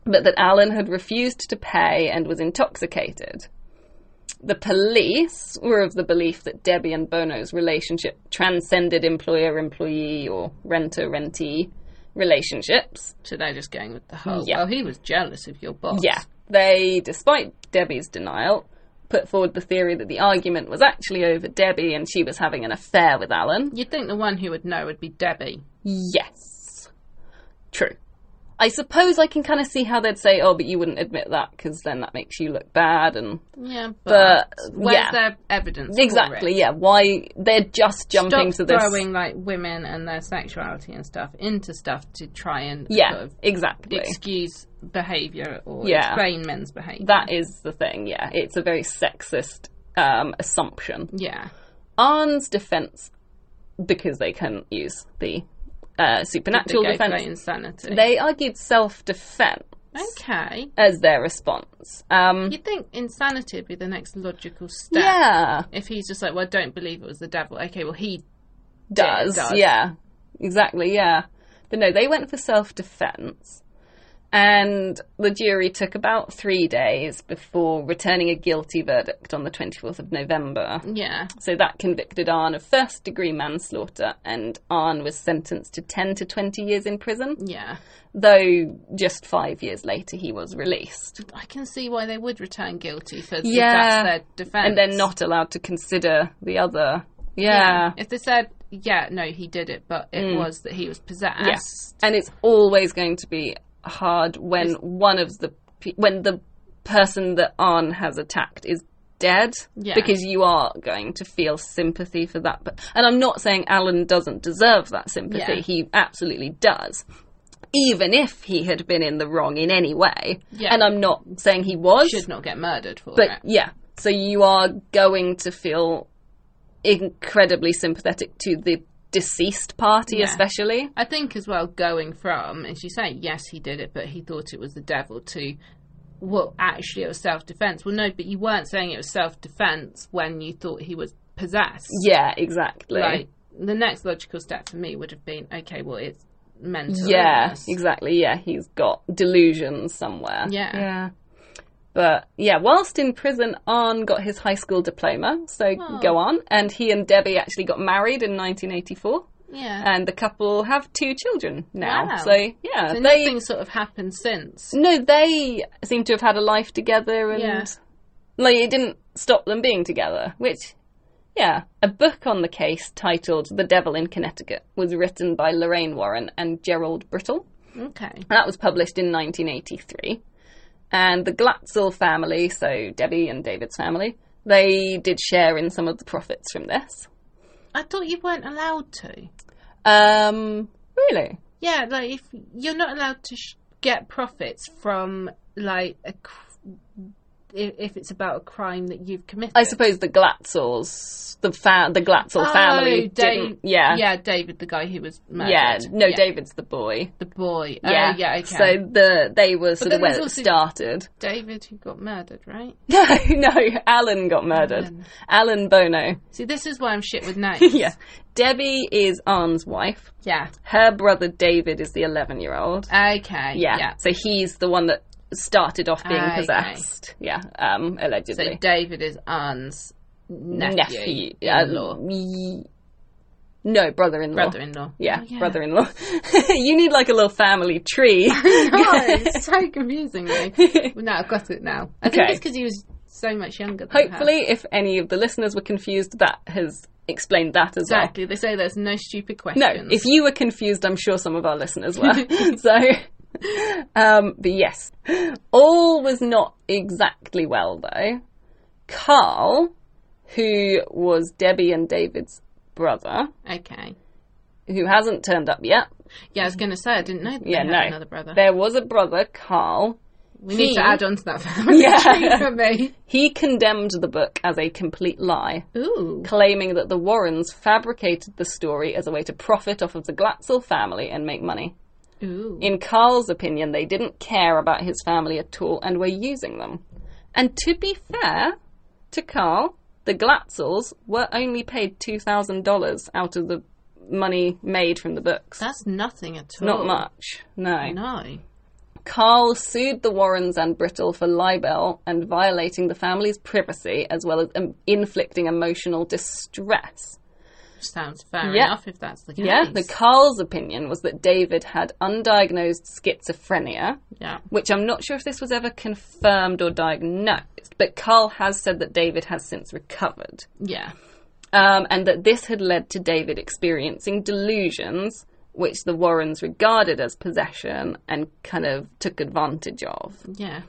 A: but that Alan had refused to pay and was intoxicated. The police were of the belief that Debbie and Bono's relationship transcended employer employee or renter rentee relationships.
B: So they're just going with the whole,
A: Yeah.
B: well, he was jealous of your boss.
A: Yeah. They, despite Debbie's denial, put forward the theory that the argument was actually over Debbie and she was having an affair with Alan.
B: You'd think the one who would know would be Debbie.
A: Yes. True. I suppose I can kind of see how they'd say, "Oh, but you wouldn't admit that because then that makes you look bad." And
B: Yeah, but,
A: But,
B: where's
A: yeah.
B: their evidence? for
A: exactly,
B: it?
A: yeah. Why they're just jumping
B: Stop
A: to this?
B: throwing like women and their sexuality and stuff into stuff to try and
A: yeah,
B: sort of
A: exactly.
B: excuse behavior or
A: Yeah.
B: explain men's behavior.
A: That is the thing. Yeah, it's a very sexist um, assumption.
B: yeah,
A: Arn's defense, because they couldn't use the uh,
B: they
A: supernatural
B: go for
A: defense,
B: their insanity.
A: they argued self-defense
B: okay,
A: as their response. Um,
B: you'd think insanity would be the next logical step.
A: yeah,
B: If he's just like, well, I don't believe it was the devil. Okay, well, he
A: does.
B: does.
A: Yeah, exactly. Yeah. But no, they went for self defense. And the jury took about three days before returning a guilty verdict on the 24th of November.
B: Yeah.
A: So that convicted Arn of first degree manslaughter, and Arn was sentenced to 10 to 20 years in prison,
B: Yeah.
A: though just five years later he was released.
B: I can see why they would return guilty for
A: Yeah.
B: yeah. that's their defense.
A: And they're not allowed to consider the other. yeah. Mm.
B: If they said, yeah, no, he did it, but it was that he was possessed.
A: And it's always going to be hard when one of the pe- when the person that Arn has attacked is dead
B: Yeah.
A: because you are going to feel sympathy for that. But and I'm not saying Alan doesn't deserve that sympathy.
B: Yeah.
A: He absolutely does. Even if he had been in the wrong in any way,
B: Yeah.
A: and I'm not saying he was,
B: Should not get murdered for
A: but
B: it.
A: yeah, so you are going to feel incredibly sympathetic to the deceased party,
B: Yeah.
A: especially.
B: I think as well going from, as you say, yes, he did it, but he thought it was the devil to, well, actually it was self defense. Well, no, but you weren't saying it was self defense when you thought he was possessed.
A: Yeah, exactly.
B: Like, the next logical step for me would have been, okay, well, it's mental.
A: Yeah,
B: illness.
A: exactly. Yeah, he's got delusions somewhere.
B: Yeah.
A: Yeah. But yeah, whilst in prison, Arn got his high school diploma, so
B: Oh.
A: go on. And he and Debbie actually got married in 1984,
B: Yeah.
A: and the couple have two children now.
B: Wow.
A: So yeah, they
B: so
A: Mm.
B: nothing sort of happened since.
A: no, they seem to have had a life together, and
B: Yeah.
A: like it didn't stop them being together. Which, yeah, a book on the case titled "The Devil in Connecticut" was written by Lorraine Warren and Gerald Brittle.
B: Okay.
A: That was published in 1983. And the Glatzel family, so Debbie and David's family, they did share in some of the profits from this.
B: I thought you weren't allowed to.
A: Um, really?
B: Yeah, like if you're not allowed to sh- get profits from like a cr- if, if it's about a crime that you've committed.
A: I suppose the Glatzels, the fa- the Glatzel
B: Oh,
A: family
B: Da-
A: didn't. Yeah.
B: yeah, David, the guy who was murdered.
A: Yeah, no,
B: Yeah,
A: David's the boy.
B: the boy.
A: yeah,
B: oh, yeah, okay.
A: So the they were sort
B: then
A: of where
B: there's
A: it
B: also-
A: started.
B: David who got murdered, right?
A: No, no, Alan got murdered.
B: Alan.
A: Alan Bono.
B: See, this is why I'm shit with names.
A: yeah, Debbie is Arn's wife.
B: yeah.
A: Her brother David is the eleven-year-old.
B: Okay.
A: Yeah.
B: Yeah.
A: So he's the one that started off being
B: Okay.
A: possessed. Yeah, um,
B: So
A: allegedly.
B: David is Anne's nephew,
A: Yeah,
B: in-law,
A: y- no, brother in law.
B: brother-in-law.
A: Yeah,
B: Oh, yeah.
A: brother in law. you need like a little family tree.
B: oh, it's so confusing me. No, I've got it now. I think
A: Okay.
B: it's because he was so much younger than her.
A: Hopefully, if any of the listeners were confused, that has explained that as well.
B: Exactly. They say there's no stupid questions.
A: No, if you were confused, I'm sure some of our listeners were. so, um, but yes, all was not exactly well though. Carl, who was Debbie and David's brother,
B: Okay.
A: who hasn't turned up yet.
B: Yeah, I was going to say, I didn't know that
A: Yeah,
B: they had
A: no.
B: another brother.
A: There was a brother, Carl.
B: we need to
A: he-
B: add on to that family
A: Yeah.
B: tree for me.
A: He condemned the book as a complete lie,
B: Ooh.
A: claiming that the Warrens fabricated the story as a way to profit off of the Glatzel family and make money.
B: Ooh.
A: In Carl's opinion, they didn't care about his family at all and were using them. And to be fair to Carl, the Glatzels were only paid $2,000 out of the money made from the books.
B: That's nothing at all.
A: Not much, no.
B: No.
A: Carl sued the Warrens and Brittle for libel and violating the family's privacy as well as um, inflicting emotional distress.
B: Sounds fair
A: Yeah.
B: enough if that's the case.
A: Yeah, the Carl's opinion was that David had undiagnosed schizophrenia,
B: Yeah.
A: which I'm not sure if this was ever confirmed or diagnosed, but Carl has said that David has since recovered,
B: Yeah.
A: um, and that this had led to David experiencing delusions, which the Warrens regarded as possession and kind of took advantage of.
B: Yeah.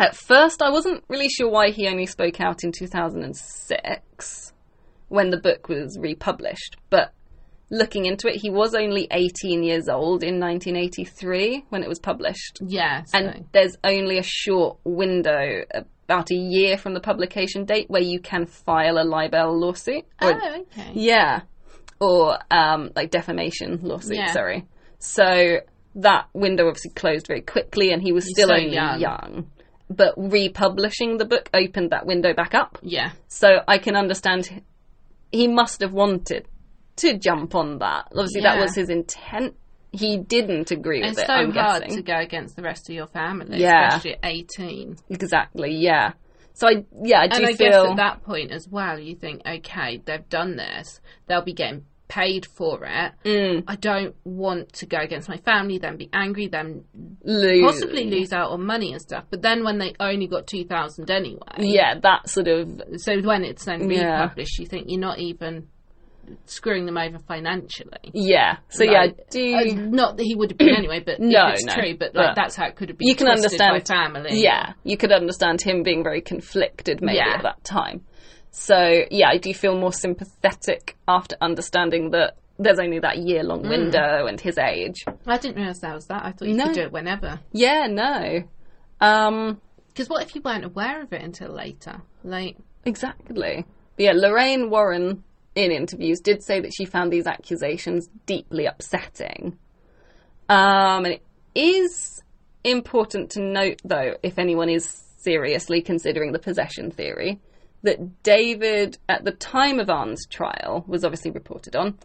A: At first, I wasn't really sure why he only spoke out in 2006 when the book was republished, but looking into it, he was only 18 years old in 1983 when it was published.
B: Yeah. So.
A: And there's only a short window, about a year from the publication date, where you can file a libel lawsuit. or-
B: oh, okay.
A: yeah. Or um, like defamation lawsuit,
B: Yeah.
A: sorry. So that window obviously closed very quickly and he was still
B: so
A: only
B: young.
A: young. But republishing the book opened that window back up.
B: Yeah.
A: So I can understand h- he must have wanted to jump on that. Obviously, that
B: Yeah.
A: was his intent. He didn't agree with
B: It's
A: it,
B: so
A: I'm
B: hard
A: guessing.
B: to go against the rest of your family,
A: Yeah.
B: especially at 18.
A: Exactly, yeah. So I, yeah, I do
B: and I
A: feel.
B: guess at that point as well, you think, okay, they've done this, they'll be getting paid for it.
A: Mm,
B: I don't want to go against my family, then be angry, then
A: lose.
B: possibly lose out on money and stuff. But then when they only got 2000 anyway,
A: Yeah, that sort of
B: so when it's then
A: Yeah.
B: republished, you think you're not even screwing them over financially.
A: yeah. So yeah, I
B: Like,
A: do
B: Uh, not that he would have been anyway, but
A: No,
B: if it's
A: no,
B: true. But
A: but
B: like that's how it could have been.
A: you can
B: twisted
A: understand-
B: by family.
A: Yeah, you could understand him being very conflicted maybe
B: Yeah.
A: at that time. So, yeah, I do feel more sympathetic after understanding that there's only that year
B: Mm.
A: long window and his age.
B: I didn't realize that was that. I thought you
A: No.
B: could do it whenever.
A: Yeah, no. Um,
B: Because what if you weren't aware of it until later? Like,
A: exactly. But yeah, Lorraine Warren in interviews did say that she found these accusations deeply upsetting. Um, and it is important to note, though, if anyone is seriously considering the possession theory, that David, at the time of Arne's trial, was obviously reported on,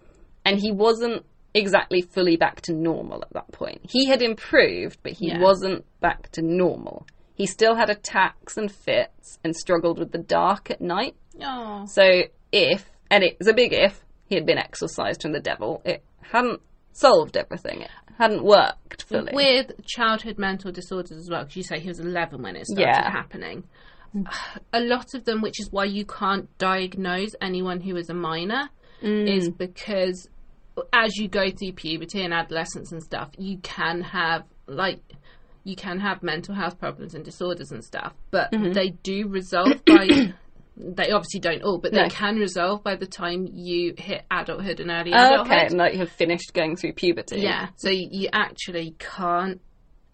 A: and he wasn't exactly fully back to normal at that point. He had improved, but he
B: Yeah.
A: wasn't back to normal. He still had attacks and fits and struggled with the dark at night.
B: oh,
A: So if, and it's a big if, he had been exorcised from the devil, it hadn't solved everything. It hadn't worked fully.
B: with childhood mental disorders as well. Because you say he was eleven when it started
A: Yeah.
B: happening. A lot of them, which is why you can't diagnose anyone who is a minor,
A: Mm.
B: is because as you go through puberty and adolescence and stuff, you can have like you can have mental health problems and disorders and stuff, but
A: Mm-hmm.
B: they do resolve by. They obviously don't all, but they
A: No.
B: can resolve by the time you hit adulthood and early adulthood.
A: okay, and like you have finished going through puberty.
B: Yeah. So you you actually can't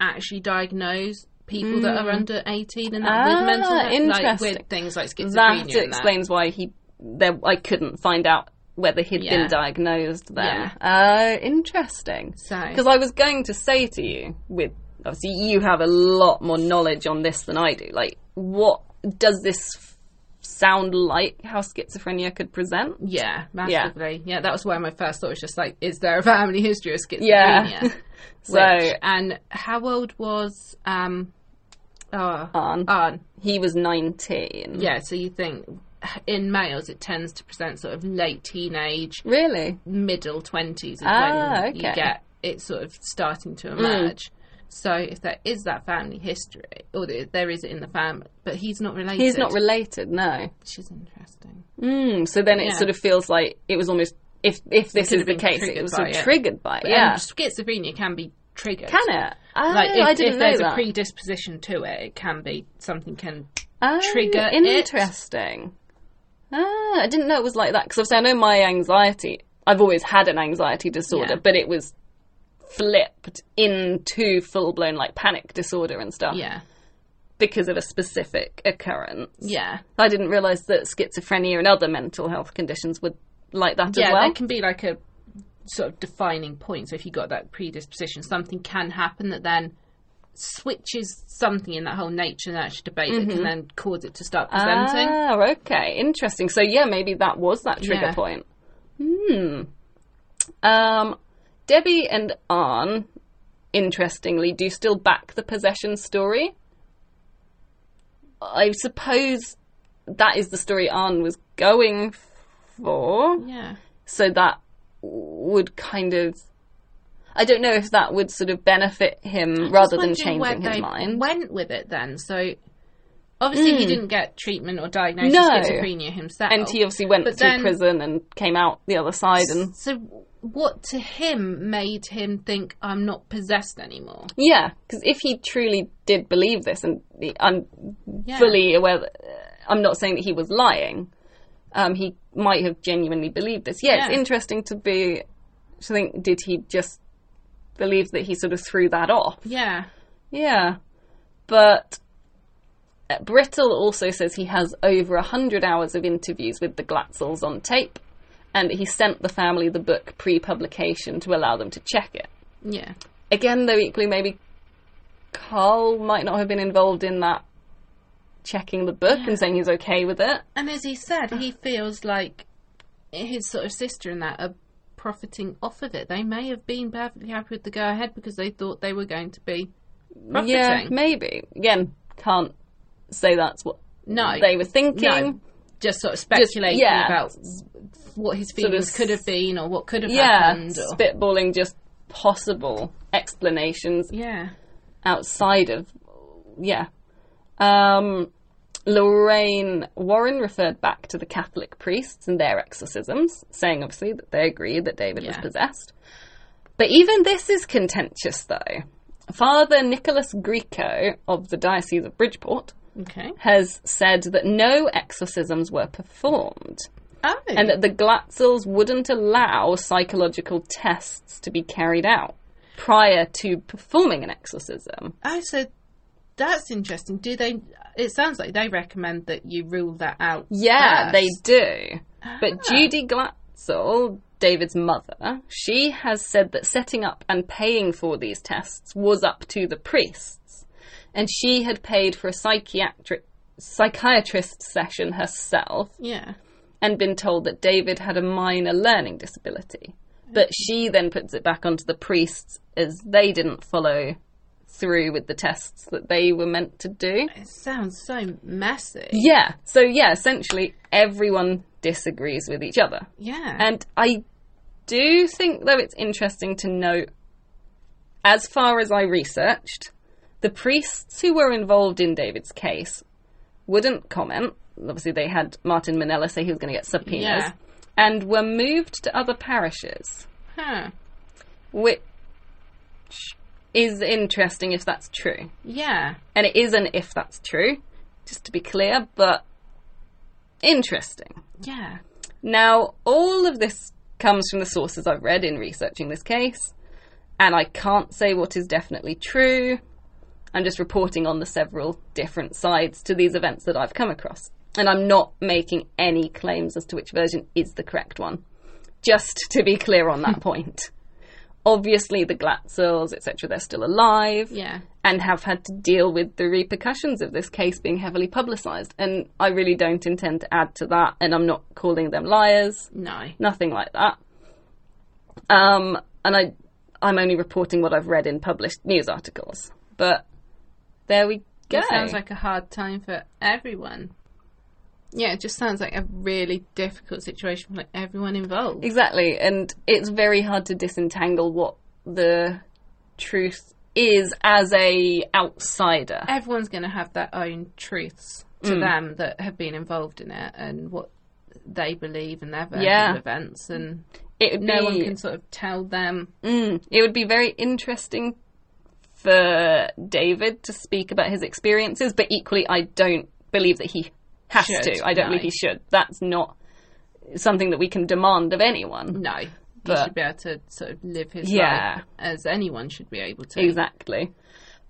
B: actually diagnose people that are under 18 and that
A: Hmm. Ah,
B: with mental health, like
A: interesting.
B: with things like schizophrenia.
A: that
B: and that.
A: explains why he there. I couldn't find out whether he'd
B: Yeah.
A: been diagnosed then. Uh, interesting.
B: So-
A: because I was going to say to you, with obviously you have a lot more knowledge on this than I do. Like, what does this f- sound like? How schizophrenia could present?
B: Yeah, massively. Yeah. that was why my first thought was just like, is there a family history of schizophrenia?
A: Yeah. So,
B: Which- and how old was um, oh,
A: Arne.
B: Arne?
A: he was nineteen.
B: Yeah, so you think in males it tends to present sort of late teenage,
A: Really?
B: middle twenties is
A: Ah,
B: when
A: okay. Mm.
B: you get it sort of starting to emerge. So if there is that family history, or th- there is it in the family, but he's not related.
A: He's not related. No.
B: She's interesting.
A: Mm, so then it
B: Yeah.
A: sort of feels like it was almost if if this
B: could
A: is
B: have
A: the
B: been
A: case, it
B: triggered
A: was sort of
B: by it.
A: triggered by it.
B: But
A: yeah.
B: um, schizophrenia can be triggered.
A: Can it? Oh,
B: Like if,
A: I didn't
B: if
A: know
B: there's
A: that.
B: a predisposition to it, it can be something can.
A: Oh,
B: trigger it.
A: Interesting. Ah, I didn't know it was like that because obviously I know my anxiety. I've always had an anxiety disorder,
B: Yeah.
A: but it was flipped into full blown like panic disorder and stuff
B: Yeah,
A: because of a specific occurrence.
B: yeah,
A: I didn't realize that schizophrenia and other mental health conditions were like that
B: yeah.
A: as well.
B: There can be like a sort of defining point. So if you got that predisposition, something can happen that then switches something in that whole nature and actually debate that
A: Mm-hmm.
B: can then cause it to start presenting.
A: Ah, okay, interesting. So yeah, maybe that was that trigger
B: Yeah.
A: point. Hmm. Um, Debbie and Arn, interestingly, do still back the possession story. I suppose that is the story Arn was going for.
B: Yeah.
A: So that would kind of. I don't know if that would sort of benefit him rather than
B: Just wondering
A: changing
B: where
A: his
B: they
A: mind. Hmm.
B: Went with it then. So obviously he didn't get treatment or diagnosis
A: No.
B: schizophrenia himself.
A: And he obviously went
B: But
A: to
B: then-
A: prison and came out the other side and
B: so what to him made him think I'm not possessed anymore.
A: Yeah, because if he truly did believe this, and the- I'm
B: Yeah.
A: fully aware, that, uh, I'm not saying that he was lying. Um, he might have genuinely believed this. Yeah, it's
B: Yeah.
A: interesting to be to think. Did he just believe that he sort of threw that off?
B: Yeah.
A: Yeah, but uh, Brittle also says he has over a hundred hours of interviews with the Glatzels on tape, and he sent the family the book pre-publication to allow them to check it
B: Yeah.
A: again though equally maybe Carl might not have been involved in that checking the book and saying he's okay with it.
B: And as he said, he feels like his sort of sister and that are profiting off of it. They may have been perfectly happy with the go ahead because they thought they were going to be profiting.
A: Yeah, maybe. Again, can't say that's what
B: no,
A: they were thinking.
B: no, just sort of speculating
A: yeah.
B: about what his
A: Sort of
B: feelings could have been or what could have
A: Yeah,
B: happened. Or,
A: spitballing just possible explanations
B: yeah,
A: outside of yeah. Um, Lorraine Warren referred back to the Catholic priests and their exorcisms, saying obviously that they agreed that David was
B: Yeah.
A: possessed. But even this is contentious, though. Father Nicholas Grieco of the Diocese of Bridgeport
B: okay.
A: has said that no exorcisms were performed
B: Oh,
A: and that the Glatzels wouldn't allow psychological tests to be carried out prior to performing an exorcism.
B: oh, so that's interesting. Do they? It sounds like they recommend that you rule that out.
A: Yeah,
B: first.
A: they do.
B: Ah.
A: But Judy Glatzel, David's mother, she has said that setting up and paying for these tests was up to the priests. And she had paid for a psychiatric psychiatrist session herself
B: Yeah.
A: and been told that David had a minor learning disability. But she then puts it back onto the priests as they didn't follow through with the tests that they were meant to do.
B: It sounds so messy.
A: Yeah. So yeah, essentially everyone disagrees with each other.
B: Yeah.
A: And I do think though it's interesting to note as far as I researched, the priests who were involved in David's case wouldn't comment. Obviously they had Martin Minella say he was going to get subpoenas
B: Yeah.
A: and were moved to other parishes,
B: huh.
A: which is interesting if that's true.
B: Yeah.
A: And it is an if that's true, just to be clear, but interesting.
B: Yeah.
A: Now, all of this comes from the sources I've read in researching this case, and I can't say what is definitely true. I'm just reporting on the several different sides to these events that I've come across. And I'm not making any claims as to which version is the correct one. Just to be clear on that point. Obviously, the Glatzels, etc., they're still alive
B: Yeah.
A: and have had to deal with the repercussions of this case being heavily publicised. And I really don't intend to add to that, and I'm not calling them liars,
B: No.
A: nothing like that. Um, and I, I'm only reporting what I've read in published news articles. But there we go.
B: It sounds like a hard time for everyone. Yeah, it just sounds like a really difficult situation for like everyone involved.
A: Exactly, and it's very hard to disentangle what the truth is as a outsider.
B: Everyone's going to have their own truths to
A: Mm.
B: them that have been involved in it and what they believe and their version
A: Yeah.
B: of events, and
A: It would
B: no
A: be,
B: one can sort of tell them.
A: Mm, it would be very interesting for David to speak about his experiences, but equally, I don't believe that he has
B: Should,
A: to. I don't
B: no.
A: believe he should. That's not something that we can demand of anyone.
B: No, he
A: But-
B: should be able to sort of live his
A: Yeah.
B: life as anyone should be able to.
A: Exactly.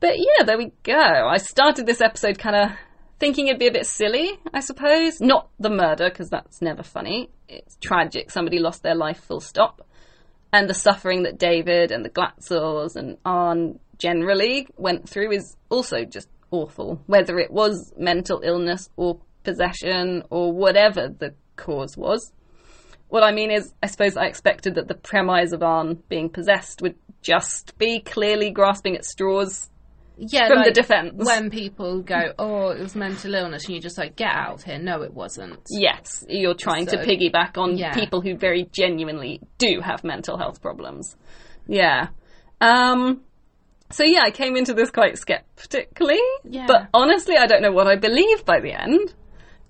A: But yeah, there we go. I started this episode kind of thinking it'd be a bit silly, I suppose. Not the murder, because that's never funny. It's tragic. Somebody lost their life, full stop. And the suffering that David and the Glatzels and Arn generally went through is also just awful. Whether it was mental illness or possession or whatever the cause was. What I mean is, I suppose I expected that the premise of Arn being possessed would just be clearly grasping at straws.
B: Yeah,
A: From the
B: like,
A: defence.
B: when people go, "Oh, it was mental illness," and you're just like, "Get out of here!" No, it wasn't.
A: Yes, you're trying to
B: So-
A: piggyback on
B: Yeah.
A: people who very genuinely do have mental health problems. Yeah. Um, so yeah, I came into this quite skeptically,
B: Yeah.
A: but honestly, I don't know what I believe by the end.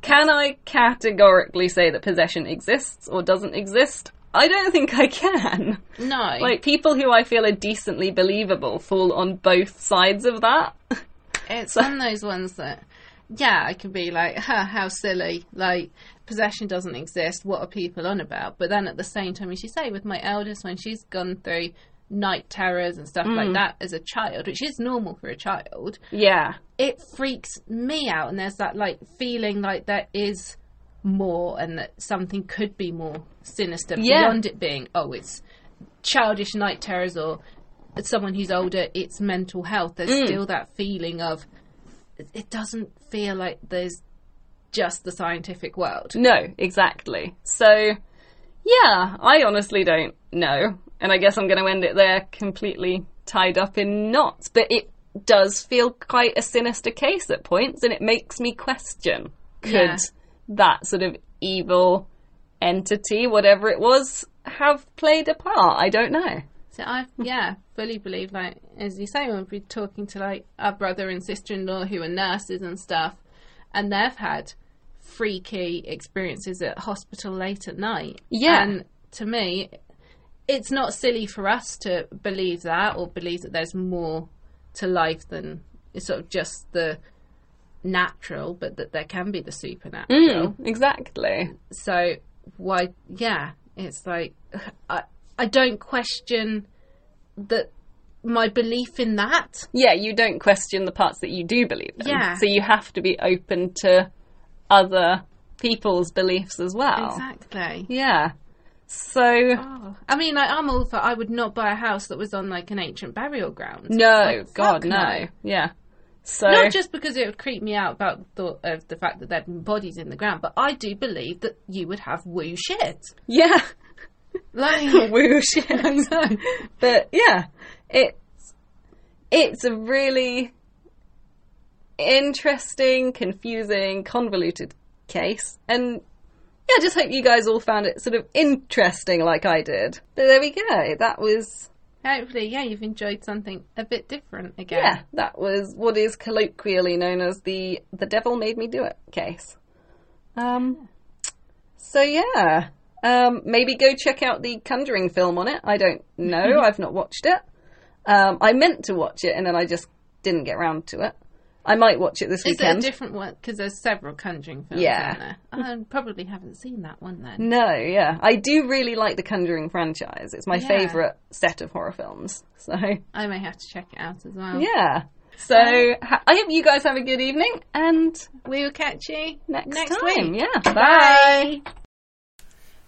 A: Can I categorically say that possession exists or doesn't exist? I don't think I can.
B: No.
A: Like, people who I feel are decently believable fall on both sides of that.
B: It's one of those ones that, yeah, I can be like, huh, how silly. Like, possession doesn't exist. What are people on about? But then at the same time, as you say, with my eldest, when she's gone through night terrors and stuff like that as a child, which is normal for a child,
A: Yeah.
B: it freaks me out. And there's that, like, feeling like there is more and that something could be more sinister
A: Yeah.
B: beyond it being, oh, it's childish night terrors or someone who's older, it's mental health. There's still that feeling of it doesn't feel like there's just the scientific world.
A: No, exactly. So, yeah, I honestly don't know. And I guess I'm going to end it there completely tied up in knots. But it does feel quite a sinister case at points, and it makes me question could
B: Yeah.
A: that sort of evil entity, whatever it was, have played a part? I don't know.
B: So I, yeah, fully believe, like, as you say, when we're talking to, like, our brother and sister in law who are nurses and stuff, and they've had freaky experiences at hospital late at night.
A: Yeah.
B: And to me, it's not silly for us to believe that or believe that there's more to life than it's sort of just the natural, but that there can be
A: Hmm.
B: the supernatural.
A: Exactly.
B: So why? Yeah, it's like I I don't question that my belief in that.
A: Yeah, you don't question the parts that you do believe in.
B: Yeah.
A: So you have to be open to other people's beliefs as well.
B: Exactly.
A: Yeah. So
B: Oh. I mean, like, I'm all for. I would not buy a house that was on like an ancient burial ground.
A: no,
B: Like,
A: God,
B: fuck
A: no. Yeah. So
B: Not just because it would creep me out about the thought of the fact that there'd been bodies in the ground, but I do believe that you would have woo shit.
A: yeah,
B: Like,
A: woo shit. but yeah, it's it's a really interesting, confusing, convoluted case, and yeah, I just hope you guys all found it sort of interesting, like I did. But there we go. That was
B: hopefully, yeah, you've enjoyed something a bit different again.
A: yeah, that was what is colloquially known as the the devil made me do it case. Um, so yeah, um, maybe go check out the Conjuring film on it. I don't know. I've not watched it. Um, I meant to watch it and then I just didn't get round to it. I might watch it this
B: Is it a
A: weekend.
B: different one? Because there's several Conjuring films
A: Yeah. Mm.
B: in there. I probably haven't seen that one then.
A: no, yeah, I do really like the Conjuring franchise. It's my
B: Yeah.
A: favorite set of horror films. So
B: I may have to check it out as well.
A: yeah. Um, So ha- I hope you guys have a good evening and
B: We will catch you
A: next,
B: week.
A: time. Yeah.
B: Bye.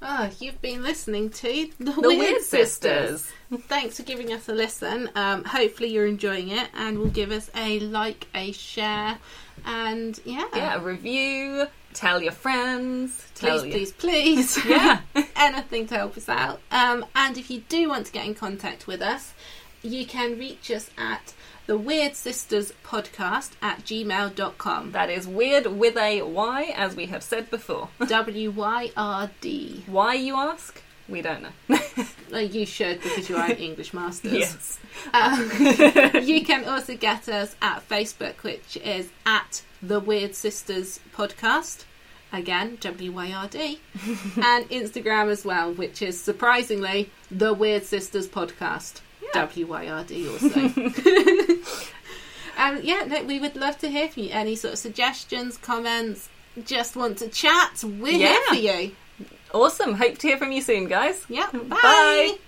B: Oh, you've been listening to The, Weird, Sisters. Thanks for giving us a listen. Um, hopefully, you're enjoying it and will give us a like, a share, and yeah.
C: Yeah, review, tell your friends,
B: Please,
C: tell your
B: please, please.
C: Yeah.
B: Anything to help us out. Um, and if you do want to get in contact with us, you can reach us at the Weird Sisters Podcast at gmail.com.
C: That is weird with a Y, as we have said before.
B: W Y R D.
C: Why, you ask? We don't know.
B: Like you should because you are an English masters.
C: yes.
B: Um, you can also get us at Facebook, which is at the Weird Sisters Podcast. Again, W Y R D. and Instagram as well, which is surprisingly the Weird Sisters Podcast. W Y R D also. Um, yeah, no, we would love to hear from you. Any sort of suggestions, comments, just want to chat, we're
C: Yeah.
B: here for you.
C: Awesome. Hope to hear from you soon, guys.
B: Yeah, bye.
C: Bye.